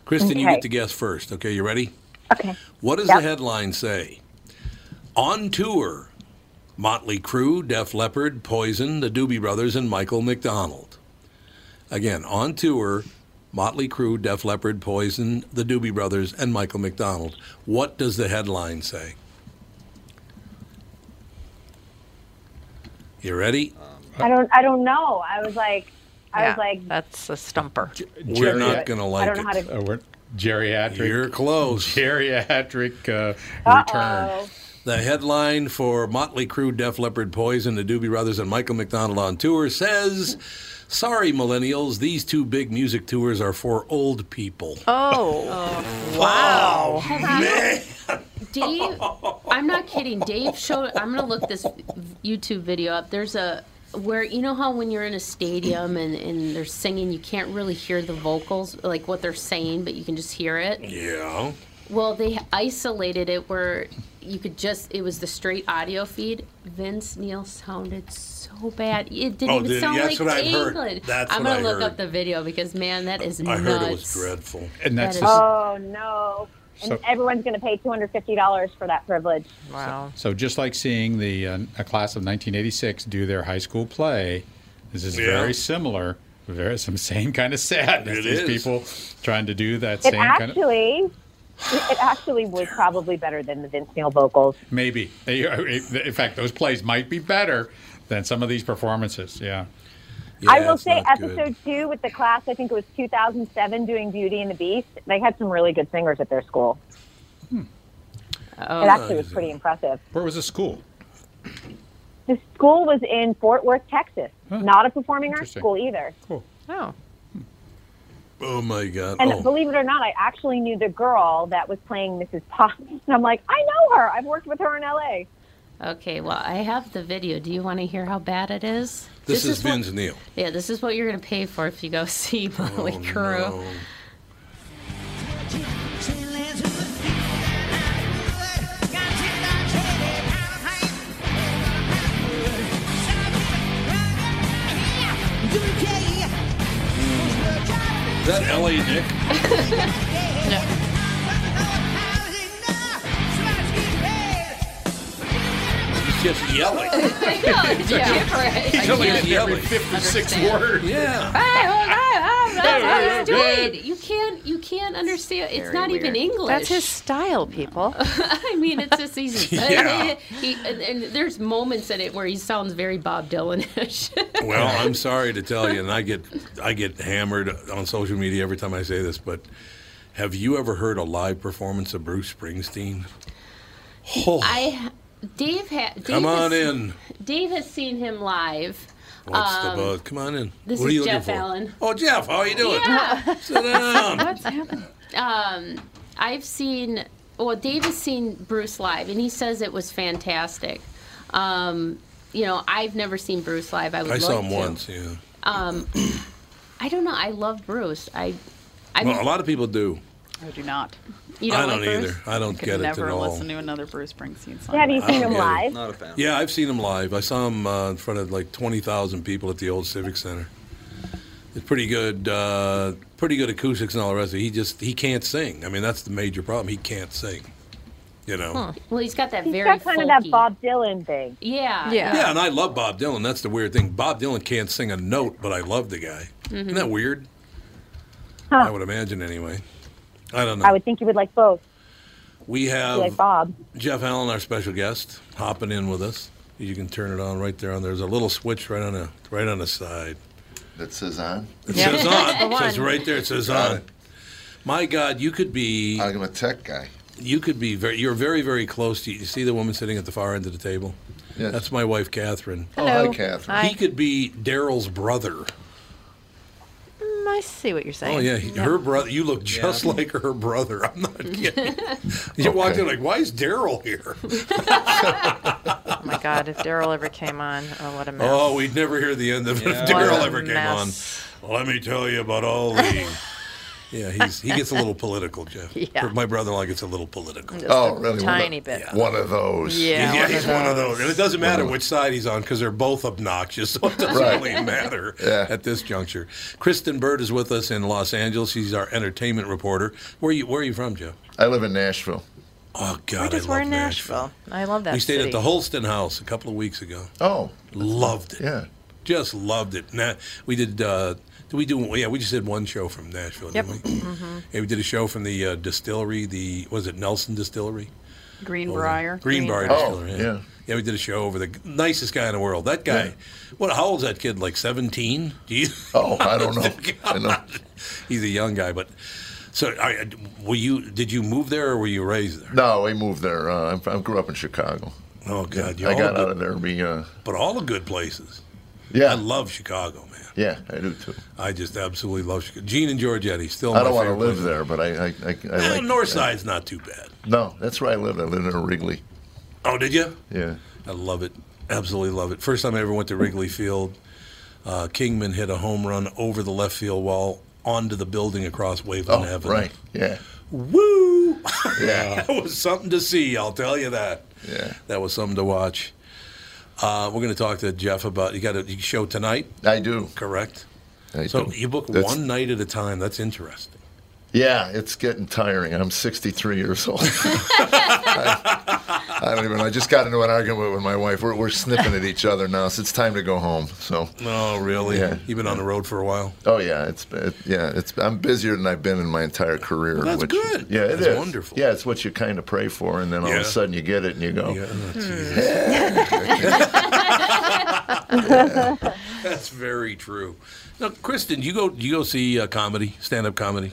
Speaker 1: Kristen, you
Speaker 6: Okay.
Speaker 1: get to guess first. Okay, you ready?
Speaker 6: Okay.
Speaker 1: What does
Speaker 6: Yep.
Speaker 1: the headline say? On tour, Motley Crue, Def Leppard, Poison, the Doobie Brothers, and Michael McDonald. Again, on tour, Motley Crue, Def Leppard, Poison, the Doobie Brothers, and Michael McDonald. What does the headline say? You ready?
Speaker 6: I don't. I don't know. I was like, I
Speaker 3: Yeah,
Speaker 6: was like,
Speaker 3: that's a stumper.
Speaker 1: We're not going to
Speaker 6: I
Speaker 1: like
Speaker 6: don't know how
Speaker 1: it.
Speaker 6: to-
Speaker 2: Uh, we're geriatric.
Speaker 1: You're close.
Speaker 2: Geriatric uh,
Speaker 6: Uh-oh.
Speaker 2: return.
Speaker 1: The headline for Motley Crue, Def Leppard, Poison, the Doobie Brothers, and Michael McDonald on tour says, "Sorry, millennials, these two big music tours are for old people."
Speaker 10: Oh.
Speaker 3: Oh. Wow.
Speaker 10: Have you- Dave, I'm not kidding. Dave showed. I'm gonna look this YouTube video up. There's a where you know how when you're in a stadium and, and they're singing, you can't really hear the vocals, like what they're saying, but you can just hear it.
Speaker 1: Yeah.
Speaker 10: Well, they isolated it where you could just it was the straight audio feed. Vince Neil sounded so bad. It didn't
Speaker 1: Oh,
Speaker 10: even
Speaker 1: did-
Speaker 10: sound
Speaker 1: that's
Speaker 10: like
Speaker 1: what I heard.
Speaker 10: England.
Speaker 1: That's
Speaker 10: I'm
Speaker 1: what
Speaker 10: gonna
Speaker 1: I
Speaker 10: look
Speaker 1: heard.
Speaker 10: up the video because man, that is
Speaker 1: I
Speaker 10: nuts.
Speaker 1: heard it was dreadful.
Speaker 2: And
Speaker 10: that's That is- just-
Speaker 6: Oh no! And
Speaker 2: So-
Speaker 6: everyone's going to pay two hundred fifty dollars for that privilege.
Speaker 3: Wow.
Speaker 2: So just like seeing the uh, a class of 1986 do their high school play, this is
Speaker 1: Yeah.
Speaker 2: very similar. There is some same kind of sadness.
Speaker 1: It
Speaker 2: These
Speaker 1: is.
Speaker 2: people trying to do that
Speaker 6: It
Speaker 2: same kind of
Speaker 6: actually, it- it actually was probably better than the Vince Neil vocals.
Speaker 2: maybe. They, in fact, those plays might be better than some of these performances. Yeah.
Speaker 6: I will say, episode two with the class, I think it was 2007, doing Beauty and the Beast. They had some really good singers at their school.
Speaker 3: Oh.
Speaker 6: it actually was pretty impressive.
Speaker 2: Where was the school?
Speaker 6: The school was in Fort Worth, Texas. Not a performing arts
Speaker 1: Interesting.
Speaker 6: school either.
Speaker 2: Cool.
Speaker 3: Oh.
Speaker 1: Oh my God.
Speaker 6: And
Speaker 1: oh.
Speaker 6: believe it or not, I actually knew the girl that was playing Mrs. Potts. And I'm like, I know her. I've worked with her in LA.
Speaker 10: Okay, well, I have the video. Do you want to hear how bad it is?
Speaker 1: this, is,
Speaker 10: what-
Speaker 1: Vince Neil.
Speaker 10: yeah, this is what you're gonna pay for if you go see Motley
Speaker 1: Oh,
Speaker 10: Crue.
Speaker 1: no. Is that L.A. Nick? He's just yelling.
Speaker 10: it's Yeah. different.
Speaker 1: He's
Speaker 10: I
Speaker 1: only
Speaker 10: can't
Speaker 1: yelling.
Speaker 2: Fifth or sixth
Speaker 10: understand.
Speaker 2: word.
Speaker 1: Yeah.
Speaker 10: Hey, well, I- I- that's how he's
Speaker 3: Hey,
Speaker 10: doing. You can't, you can't understand. It's
Speaker 3: Very
Speaker 10: not even
Speaker 3: weird.
Speaker 10: English.
Speaker 3: That's his style, people.
Speaker 10: I mean, it's just easy.
Speaker 1: Yeah.
Speaker 10: he, and, and there's moments in it where he sounds very Bob Dylan-ish.
Speaker 1: Well, I'm sorry to tell you, and I get I get hammered on social media every time I say this, but have you ever heard a live performance of Bruce Springsteen? Oh,
Speaker 10: I, Dave, ha, Dave
Speaker 1: come on
Speaker 10: has,
Speaker 1: in.
Speaker 10: Dave has seen him live.
Speaker 1: What's
Speaker 10: Um,
Speaker 1: the buzz? Come on in.
Speaker 10: This is
Speaker 1: what are you
Speaker 10: Jeff
Speaker 1: looking for?
Speaker 10: Allen.
Speaker 1: Oh, Jeff, how are you doing?
Speaker 10: Yeah.
Speaker 1: Sit down.
Speaker 10: What's happening? Um, I've seen. Well, Dave has seen Bruce live, and he says it was fantastic. Um, you know, I've never seen Bruce live. I would.
Speaker 1: I
Speaker 10: love
Speaker 1: saw him
Speaker 10: to.
Speaker 1: once. Yeah.
Speaker 10: Um, I don't know. I love Bruce. I. I
Speaker 1: well, a lot of people do.
Speaker 9: I do not.
Speaker 10: You
Speaker 1: I don't either. I don't
Speaker 9: could
Speaker 1: get it at
Speaker 9: never
Speaker 1: all.
Speaker 9: listen to another Bruce Springsteen song.
Speaker 6: Have you
Speaker 1: I
Speaker 6: seen
Speaker 1: don't
Speaker 6: him
Speaker 1: get it.
Speaker 6: live?
Speaker 5: Not a fan.
Speaker 1: Yeah, I've seen him live. I saw him uh, in front of like twenty thousand people at the old Civic Center. It's pretty good, uh, pretty good acoustics and all the rest of it. He just he can't sing. I mean, that's the major problem. He can't sing. You
Speaker 2: Oh.
Speaker 1: know.
Speaker 10: Well, he's got that
Speaker 6: He's
Speaker 10: very
Speaker 6: got kind of that
Speaker 10: folky-
Speaker 6: Bob Dylan thing.
Speaker 10: Yeah.
Speaker 1: Yeah, and I love Bob Dylan. That's the weird thing. Bob Dylan can't sing a note, but I love the guy.
Speaker 10: Mm-hmm.
Speaker 1: Isn't
Speaker 6: Mm-hmm.
Speaker 1: that weird? I would imagine anyway. I don't know.
Speaker 6: I would think you would like both.
Speaker 1: we
Speaker 6: You
Speaker 1: have
Speaker 6: like Bob.
Speaker 1: Jeff Allen, our special guest, hopping in with us. You can turn it on right there. On there's a little switch right on the right on the side.
Speaker 12: That says on.
Speaker 1: It
Speaker 12: Yeah.
Speaker 1: says
Speaker 12: The
Speaker 1: on. it says
Speaker 12: one.
Speaker 1: right there. It says
Speaker 12: Got
Speaker 1: on.
Speaker 12: it.
Speaker 1: My God, you could be.
Speaker 12: I'm a tech guy.
Speaker 1: You could be very. You're very very close to. You see the woman sitting at the far end of the table.
Speaker 12: Yes.
Speaker 1: That's my wife, Catherine.
Speaker 3: Oh, hi, Hello. Catherine. Hi.
Speaker 1: He could be Daryl's brother.
Speaker 3: Mm, I see what you're saying.
Speaker 1: Oh yeah, he- her brother. You look just like her brother. I'm not kidding. You walked in like, why is Daryl here?
Speaker 3: Oh my God, if Daryl ever came on, oh what a mess.
Speaker 1: Oh, we'd never hear the end of it
Speaker 3: Yeah.
Speaker 1: if Daryl
Speaker 3: What a
Speaker 1: ever came
Speaker 3: mess.
Speaker 1: on. Let me tell you about all the. yeah, he's he gets a little political, Jeff.
Speaker 3: Yeah.
Speaker 1: Or My brother-in-law gets a little political.
Speaker 3: Just Oh, a really? One of- tiny bit.
Speaker 12: One of those.
Speaker 3: Yeah,
Speaker 1: Yeah,
Speaker 3: one
Speaker 1: he's
Speaker 3: of
Speaker 1: one of those. And it doesn't matter
Speaker 12: One
Speaker 1: which side he's on because they're both obnoxious, so it doesn't
Speaker 12: Right.
Speaker 1: really matter
Speaker 12: Yeah.
Speaker 1: at this juncture. Kristen Bird is with us in Los Angeles. She's our entertainment reporter. Where you Where are you from, Jeff?
Speaker 12: I live in Nashville.
Speaker 1: Oh God,
Speaker 3: Because
Speaker 1: I
Speaker 3: we're
Speaker 1: love
Speaker 3: in Nashville. I love that.
Speaker 1: we stayed
Speaker 3: city.
Speaker 1: at the Holston House a couple of weeks ago.
Speaker 12: Oh,
Speaker 1: loved it.
Speaker 12: Yeah,
Speaker 1: just loved it. Nah, we did. Uh, did we do? Yeah, we just did one show from Nashville,
Speaker 9: Yep.
Speaker 1: didn't we?
Speaker 3: Mm-hmm.
Speaker 9: Mhm.
Speaker 1: Yeah, we did a show from the uh, distillery. The was it Nelson Distillery?
Speaker 9: Greenbrier.
Speaker 1: Greenbrier
Speaker 12: Oh,
Speaker 1: Distillery.
Speaker 12: yeah.
Speaker 1: Yeah, we did a show over the nicest guy in the world. That guy, what? How old's that kid? Like seventeen? Do you?
Speaker 12: Oh, I don't know. I know.
Speaker 1: He's a young guy, but so I, were you? Did you move there or were you raised there?
Speaker 12: No, we moved there. Uh, I'm- I grew up in Chicago.
Speaker 1: Oh God, you
Speaker 12: I
Speaker 1: all
Speaker 12: got
Speaker 1: did-
Speaker 12: out of there. Be uh,
Speaker 1: But all the good places.
Speaker 12: Yeah.
Speaker 1: I love Chicago, man.
Speaker 12: Yeah, I do too.
Speaker 1: I just absolutely love Chicago. Gene and Georgette, still.
Speaker 12: I don't
Speaker 1: want to
Speaker 12: live there, but I, I, I, I
Speaker 1: Well,
Speaker 12: like
Speaker 1: North Side's not too bad.
Speaker 12: No, that's where I lived. I lived in Wrigley.
Speaker 1: Oh, did you?
Speaker 12: Yeah.
Speaker 1: I love it. Absolutely love it. First time I ever went to Wrigley Field, uh, Kingman hit a home run over the left field wall onto the building across Waveland
Speaker 12: Oh,
Speaker 1: Avenue.
Speaker 12: right. Yeah.
Speaker 1: Woo!
Speaker 12: Yeah.
Speaker 1: that was something to see, I'll tell you that.
Speaker 12: Yeah.
Speaker 1: That was something to watch. Uh, we're going to talk to Jeff about you got a you show tonight.
Speaker 12: I do.
Speaker 1: Correct.
Speaker 12: I
Speaker 1: so
Speaker 12: do.
Speaker 1: you book
Speaker 12: That's-
Speaker 1: one night at a time. That's interesting.
Speaker 12: Yeah, it's getting tiring. I'm 63 years old. I, I don't even. I just got into an argument with my wife. We're, we're snipping at each other now. So it's time to go home. So.
Speaker 1: No, Oh, really.
Speaker 12: Yeah.
Speaker 1: You've been on the road for a while.
Speaker 12: Oh yeah, it's it, yeah, it's I'm busier than I've been in my entire career.
Speaker 1: Well, that's
Speaker 12: which,
Speaker 1: good.
Speaker 12: Yeah, it
Speaker 1: That's
Speaker 12: is.
Speaker 1: wonderful.
Speaker 12: Yeah, it's what you kind of pray for, and then all of
Speaker 1: Yeah.
Speaker 12: a sudden you get it, and you go,
Speaker 3: Hmm.
Speaker 1: That's very true. Now, Kristen, you go you go see uh, comedy, stand up comedy.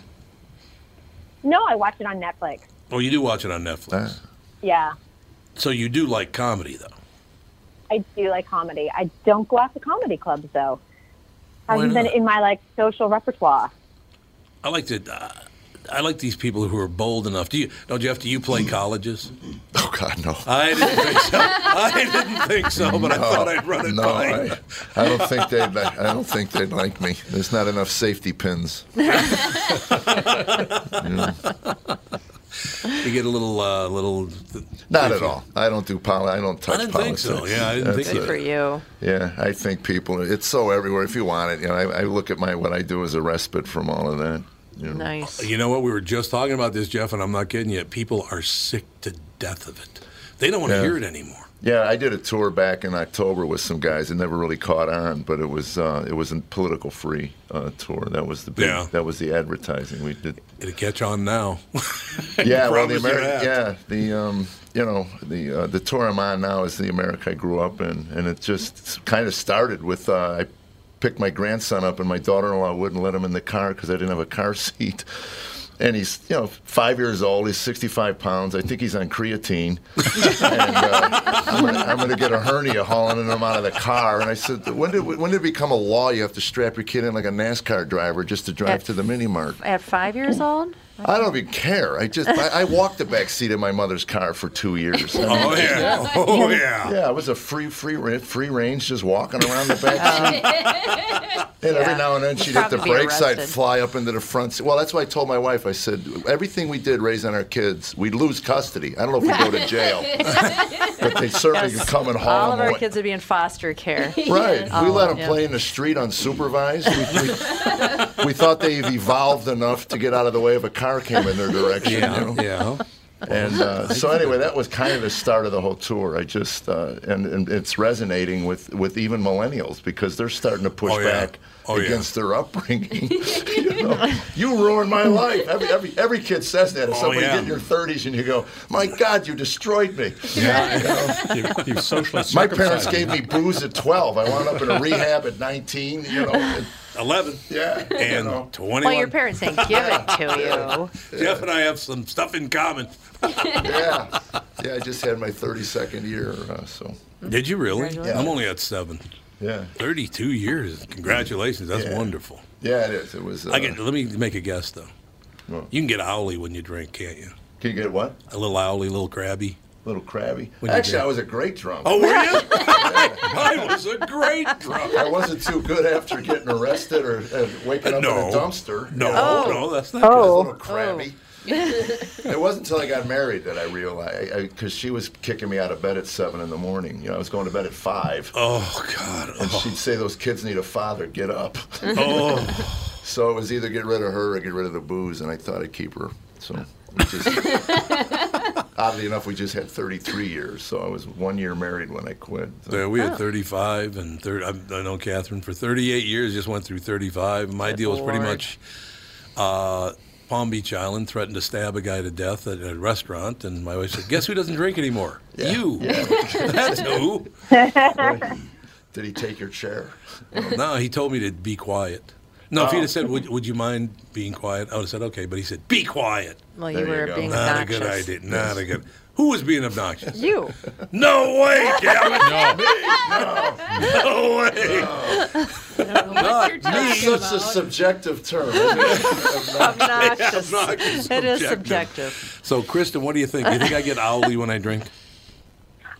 Speaker 6: No, I watch it on Netflix.
Speaker 1: Oh, you do watch it on
Speaker 12: Uh.
Speaker 1: Netflix.
Speaker 6: Yeah,
Speaker 1: So you do like comedy, though.
Speaker 6: I do like comedy. I don't go out to comedy clubs though.
Speaker 1: Why
Speaker 6: Hasn't been
Speaker 1: not?
Speaker 6: in my like social repertoire.
Speaker 1: I like to. Uh, I like these people who are bold enough. Do you? No, Jeff. Do you play colleges?
Speaker 12: Oh God, no.
Speaker 1: I didn't think so. I didn't think so, but I
Speaker 12: No,
Speaker 1: thought I'd run it
Speaker 12: no,
Speaker 1: by. you.
Speaker 12: I, I don't think they'd. li- I don't think they'd like me. There's not enough safety pins.
Speaker 1: You get a little, uh, little.
Speaker 12: Not at all. I don't do poli. I don't touch
Speaker 1: I didn't think
Speaker 12: politics.
Speaker 1: so. Yeah, I didn't
Speaker 12: That's
Speaker 1: think so.
Speaker 12: it.
Speaker 4: you.
Speaker 12: Yeah, I think people. It's so everywhere. If you want it, you know, I, I look at my what I do as a respite from all of that. You know.
Speaker 4: Nice.
Speaker 1: You know what? We were just talking about this, Jeff, and I'm not kidding you. People are sick to death of it. They don't want to
Speaker 12: Yeah.
Speaker 1: hear it anymore.
Speaker 12: Yeah, I did a tour back in October with some guys. It never really caught on, but it was uh, it was a political free uh, tour. That was the big,
Speaker 1: Yeah.
Speaker 12: that was the advertising we did.
Speaker 1: It'll catch on now.
Speaker 12: Yeah, well, the
Speaker 1: Promise you that.
Speaker 12: Ameri- yeah, the um, you know, the uh, the tour I'm on now is the America I grew up in, and it just kind of started with uh, I picked my grandson up, and my daughter-in-law wouldn't let him in the car because I didn't have a car seat. And he's, you know, five years old. He's 65 pounds. I think he's on creatine. and uh, I'm gonna- I'm going to get a hernia hauling him out of the car. And I said, when did when did it become a law you have to strap your kid in like a NASCAR driver just to drive to the mini mart?
Speaker 4: At five years old?
Speaker 12: I don't even care. I just I, I walked the back seat of my mother's car for two years. I mean,
Speaker 1: Oh, yeah. Oh, yeah.
Speaker 12: yeah, I was a free free ra- free range, just walking around the back seat. And every
Speaker 4: Yeah.
Speaker 12: now and then she'd
Speaker 4: You'll
Speaker 12: hit the
Speaker 4: probably be
Speaker 12: brakes. I'd
Speaker 4: arrested.
Speaker 12: fly up into the front seat. Well, that's why I told my wife. I said everything we did raising our kids, we'd lose custody. I don't know if we go to jail, but they certainly could come and haul
Speaker 3: All of
Speaker 12: them
Speaker 3: our Oh,
Speaker 12: away.
Speaker 3: kids would be in foster care.
Speaker 12: Right. We
Speaker 3: All
Speaker 12: let
Speaker 3: of
Speaker 12: them play in the street unsupervised. We, we, we thought they've evolved enough to get out of the way if a car came in their direction.
Speaker 1: Yeah,
Speaker 12: you know?
Speaker 1: yeah.
Speaker 12: And uh, so anyway, that was kind of the start of the whole tour. I just uh, and, and it's resonating with, with even millennials because they're starting to push
Speaker 1: Oh, yeah.
Speaker 12: back
Speaker 1: Oh, yeah.
Speaker 12: against their upbringing. you, know, you ruined my life. Every, every every kid says that. If
Speaker 1: Oh,
Speaker 12: somebody
Speaker 1: yeah.
Speaker 12: get in your 30s and you go, my God, you destroyed me.
Speaker 2: Yeah.
Speaker 12: You know?
Speaker 2: You, you socially
Speaker 12: My parents
Speaker 2: circumcised
Speaker 12: gave me booze at 12. I wound up in a rehab at 19. You know, and-
Speaker 1: 11
Speaker 12: yeah. you
Speaker 1: and
Speaker 12: know.
Speaker 1: 21.
Speaker 4: Well, your parents didn't give it to
Speaker 1: Jeff and I have some stuff in common.
Speaker 12: yeah, yeah. I just had my 32nd year, uh, so
Speaker 1: Did you really?
Speaker 12: Congratulations.
Speaker 1: I'm only at seven.
Speaker 12: yeah,
Speaker 1: 32 years. Congratulations. That's
Speaker 12: Yeah.
Speaker 1: wonderful.
Speaker 12: yeah. It is. It was. Uh,
Speaker 1: I get, let me make a guess, though.
Speaker 12: well,
Speaker 1: You can get owly when you drink, can't you?
Speaker 12: can you get what?
Speaker 1: A little owly, a little crabby.
Speaker 12: little crabby.
Speaker 1: When you
Speaker 12: Actually,
Speaker 1: get-
Speaker 12: I was a great drunk.
Speaker 1: Oh, were you? I was a great drunk.
Speaker 12: I wasn't too good after getting arrested or uh, waking up
Speaker 1: No.
Speaker 12: in a dumpster.
Speaker 1: No,
Speaker 12: I was
Speaker 1: no, that's not
Speaker 12: a
Speaker 6: Oh.
Speaker 12: little crabby. it wasn't until I got married that I realized because she was kicking me out of bed at seven in the morning. You know, I was going to bed at five,
Speaker 1: Oh, God.
Speaker 12: and she'd say, "Those kids need a father. Get up."
Speaker 1: Oh,
Speaker 12: So it was either get rid of her or get rid of the booze, and I thought I'd keep her. So, we just, oddly enough, we just had 33 years. So I was one year married when I quit. So-
Speaker 1: yeah, we
Speaker 4: oh.
Speaker 1: had 35 and 30. I've- I know Catherine for 38 years, just went through 35. My deal was pretty
Speaker 4: Lord.
Speaker 1: much uh, Palm Beach Island threatened to stab a guy to death at a restaurant. And my wife said, Guess who doesn't drink anymore?
Speaker 12: Yeah.
Speaker 1: You.
Speaker 12: Yeah.
Speaker 1: That's who.
Speaker 12: Did he take your chair?
Speaker 1: No, he told me to be quiet. No, if
Speaker 12: Oh.
Speaker 1: he'd have said, would, would you mind being quiet? I would have said, Okay. But he said, Be quiet.
Speaker 4: Well,
Speaker 12: There
Speaker 4: you
Speaker 12: you
Speaker 4: were
Speaker 12: go.
Speaker 4: being
Speaker 1: Not a
Speaker 4: obnoxious.
Speaker 1: good idea. Not a good. Who was being obnoxious?
Speaker 3: You.
Speaker 1: No way, Gavin. No way.
Speaker 12: Not me. Such a subjective term. isn't it?
Speaker 3: Obnoxious.
Speaker 1: Obnoxious,
Speaker 3: It is
Speaker 1: So, Kristen, what do you think? Do you think I get owly when I drink?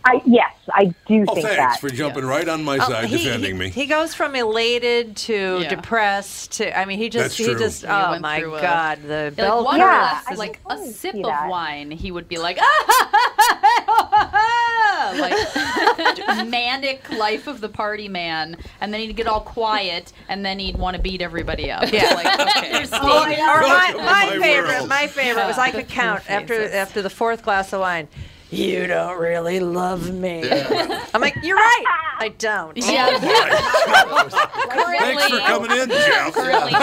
Speaker 6: I, yes, I do
Speaker 1: Oh,
Speaker 6: think
Speaker 1: thanks
Speaker 6: that.
Speaker 1: for jumping right on my
Speaker 3: Oh,
Speaker 1: side,
Speaker 3: he-
Speaker 1: defending me.
Speaker 3: He goes from elated to depressed to I mean he just
Speaker 1: That's
Speaker 3: he
Speaker 1: true.
Speaker 3: just
Speaker 1: He
Speaker 3: oh
Speaker 9: went
Speaker 3: my
Speaker 9: through a-
Speaker 3: god the
Speaker 9: Like,
Speaker 3: bell
Speaker 9: one
Speaker 3: curve.
Speaker 9: glass is like a sip of wine, he would be like, ah, like manic life of the party man, and then he'd get all quiet, and then he'd want to beat everybody up.
Speaker 3: Yeah.
Speaker 9: like, okay.
Speaker 3: Or my,
Speaker 9: Welcome to
Speaker 3: my
Speaker 9: my
Speaker 3: favorite,
Speaker 9: world.
Speaker 3: my favorite was I
Speaker 9: Yeah.
Speaker 3: could count after after the fourth glass of wine. You don't really love me. I'm like, you're right. I don't.
Speaker 12: Yeah.
Speaker 3: Currently-
Speaker 12: for coming in, Jeff.
Speaker 3: Currently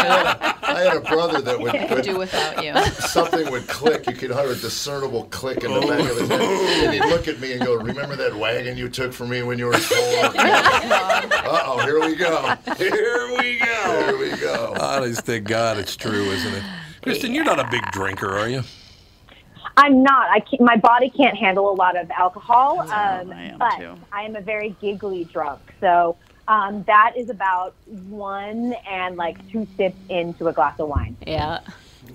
Speaker 12: I had a brother that would,
Speaker 9: Can't
Speaker 12: would
Speaker 9: do without you.
Speaker 12: something would click. You could hear a discernible click in the back of his head,
Speaker 1: Oh.
Speaker 12: and he'd look at me and go, "Remember that wagon you took from me when you were sold?" uh oh, here we go.
Speaker 1: Here we go.
Speaker 12: Here we go.
Speaker 1: Oh, Honest to God, it's true, isn't it? Kristen, you're not a big drinker, are you?
Speaker 6: I'm not. I can my body can't handle a lot of alcohol, um, but
Speaker 1: too.
Speaker 6: I am a very giggly drunk. So um, that is about one and like two sips into a glass of wine.
Speaker 10: Yeah.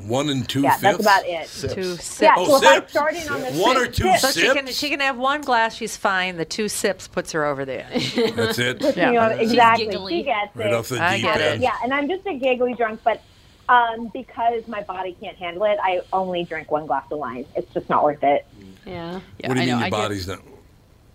Speaker 1: One and two
Speaker 6: yeah,
Speaker 1: fifths?
Speaker 6: that's about it. Yeah,
Speaker 1: Oh,
Speaker 6: so if I
Speaker 1: sips.
Speaker 6: start in on the
Speaker 1: One or
Speaker 6: fifth sip,
Speaker 1: two
Speaker 3: So she can
Speaker 1: sips?
Speaker 3: she can have one glass, she's fine. The two sips puts her over the edge.
Speaker 1: That's it.
Speaker 6: puts me on- exactly. She gets
Speaker 1: Right
Speaker 6: it.
Speaker 1: off the I deep get it. end.
Speaker 6: Yeah, and I'm just a giggly drunk, but um, because my body can't handle it, I only drink one glass of wine. It's just not worth it.
Speaker 10: Yeah.
Speaker 1: what do you
Speaker 9: I
Speaker 1: mean
Speaker 9: know,
Speaker 1: your
Speaker 9: I get-
Speaker 1: body's not?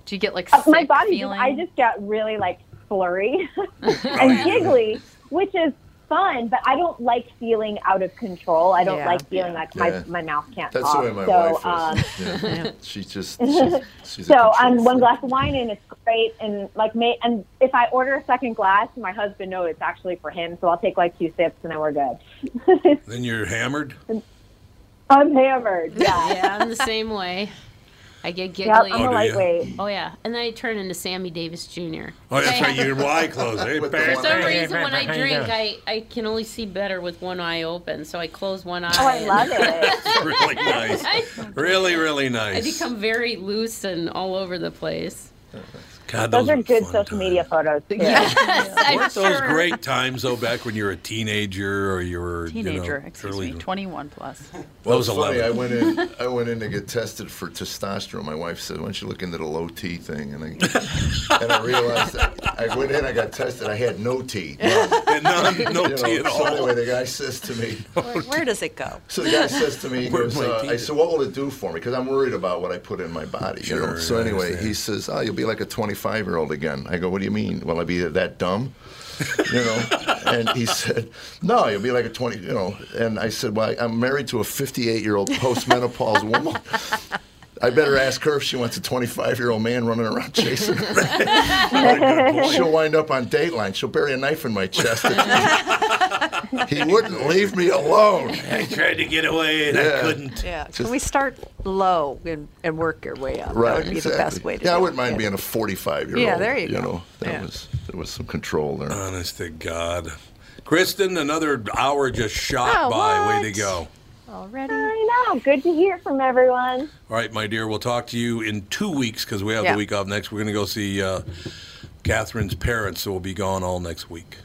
Speaker 9: Do you get like
Speaker 6: Uh, my
Speaker 9: sick
Speaker 6: body, just,
Speaker 9: feeling?
Speaker 6: I just got really like flurry
Speaker 1: Oh,
Speaker 6: and giggly, which is fun, but I don't like feeling out of control. I don't
Speaker 12: Yeah.
Speaker 6: like feeling like my,
Speaker 12: Yeah.
Speaker 6: my mouth can't
Speaker 12: That's
Speaker 6: talk.
Speaker 12: the way my
Speaker 6: so,
Speaker 12: wife is.
Speaker 6: um,
Speaker 12: Yeah. She's just she's, she's a
Speaker 6: so
Speaker 12: control
Speaker 6: I'm one
Speaker 12: freak.
Speaker 6: glass of wine and it's great and like may and if I order a second glass, my husband knows it's actually for him, so I'll take like two sips and then we're good.
Speaker 1: Then you're hammered?
Speaker 6: I'm hammered. Yeah.
Speaker 10: yeah, I'm the same way. I get
Speaker 6: Yep,
Speaker 10: giggly.
Speaker 6: I'm a Oh, do ya? lightweight.
Speaker 10: Oh yeah, and then I turn into Sammy Davis Jr.
Speaker 1: Oh, that's right. Your eh? eye closed. Hey,
Speaker 10: For some reason, when I drink, I, I can only see better with one eye open, so I close one eye.
Speaker 6: Oh, I love
Speaker 1: it. really nice. Really, really
Speaker 10: I
Speaker 1: nice.
Speaker 10: become very loose and all over the place.
Speaker 1: God,
Speaker 6: Those
Speaker 1: those
Speaker 6: are good social media photos. Too.
Speaker 10: I'm
Speaker 1: Weren't those great times though back when you were a teenager or you were
Speaker 9: Teenager,
Speaker 1: You know,
Speaker 9: excuse
Speaker 1: early-
Speaker 9: me, 21 plus.
Speaker 12: Well,
Speaker 1: Those
Speaker 12: it's funny.
Speaker 1: 11.
Speaker 12: I went in. I went in to get tested for testosterone. My wife said, "Why don't you look into the low T thing?" And I, and I realized that I went in. I got tested. I had no T.
Speaker 1: And none, no tea
Speaker 12: You know,
Speaker 1: at all.
Speaker 12: So anyway, the guy says to me.
Speaker 3: Where, where does it go?
Speaker 12: So the guy says to me, he
Speaker 1: Where'd
Speaker 12: goes,
Speaker 1: my
Speaker 12: uh,
Speaker 1: tea
Speaker 12: I said, what will it do for me? Because I'm worried about what I put in my body. you know?
Speaker 1: Sure,
Speaker 12: So
Speaker 1: I
Speaker 12: anyway,
Speaker 1: understand.
Speaker 12: he says, oh, you'll be like a 25 year old again. I go, what do you mean? Will I be that dumb? You know? and he said, no, you'll be like a 20, you know. And I said, well, I'm married to a 58 year old postmenopausal woman. I better ask her if she wants a 25 year old man running around chasing her. She'll wind up on Dateline. She'll bury a knife in my chest. he wouldn't leave me alone.
Speaker 1: I tried to get away and I
Speaker 12: Yeah.
Speaker 1: couldn't.
Speaker 3: Yeah. Can
Speaker 12: Just-
Speaker 3: we start low and, and work your way up?
Speaker 12: Right.
Speaker 3: That would be
Speaker 12: exactly.
Speaker 3: the best way to
Speaker 12: Yeah,
Speaker 3: do
Speaker 12: I
Speaker 3: it.
Speaker 12: wouldn't mind being a 45 year old.
Speaker 3: Yeah, there you go.
Speaker 12: know, that
Speaker 3: Yeah.
Speaker 12: was there was some control there.
Speaker 1: Honest to God. Kristen, another hour just shot
Speaker 6: Oh,
Speaker 1: by. Way
Speaker 6: what?
Speaker 1: to go.
Speaker 6: Already. I know. Good to hear from everyone.
Speaker 1: All right, my dear. We'll talk to you in two weeks because we have
Speaker 6: Yeah.
Speaker 1: the week off next. We're going to go see uh, Catherine's parents, so we'll be gone all next week.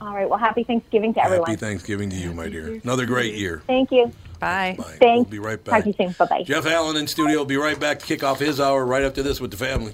Speaker 6: All right. Well, happy Thanksgiving to everyone.
Speaker 1: Happy Thanksgiving to you, my dear. Another great year.
Speaker 6: Thank you.
Speaker 3: Bye.
Speaker 1: Bye.
Speaker 6: Thanks.
Speaker 1: We'll be right
Speaker 6: Talk
Speaker 1: back.
Speaker 6: to you soon. Bye bye.
Speaker 1: Jeff Allen in studio. will be right back to kick off his hour right after this with the family.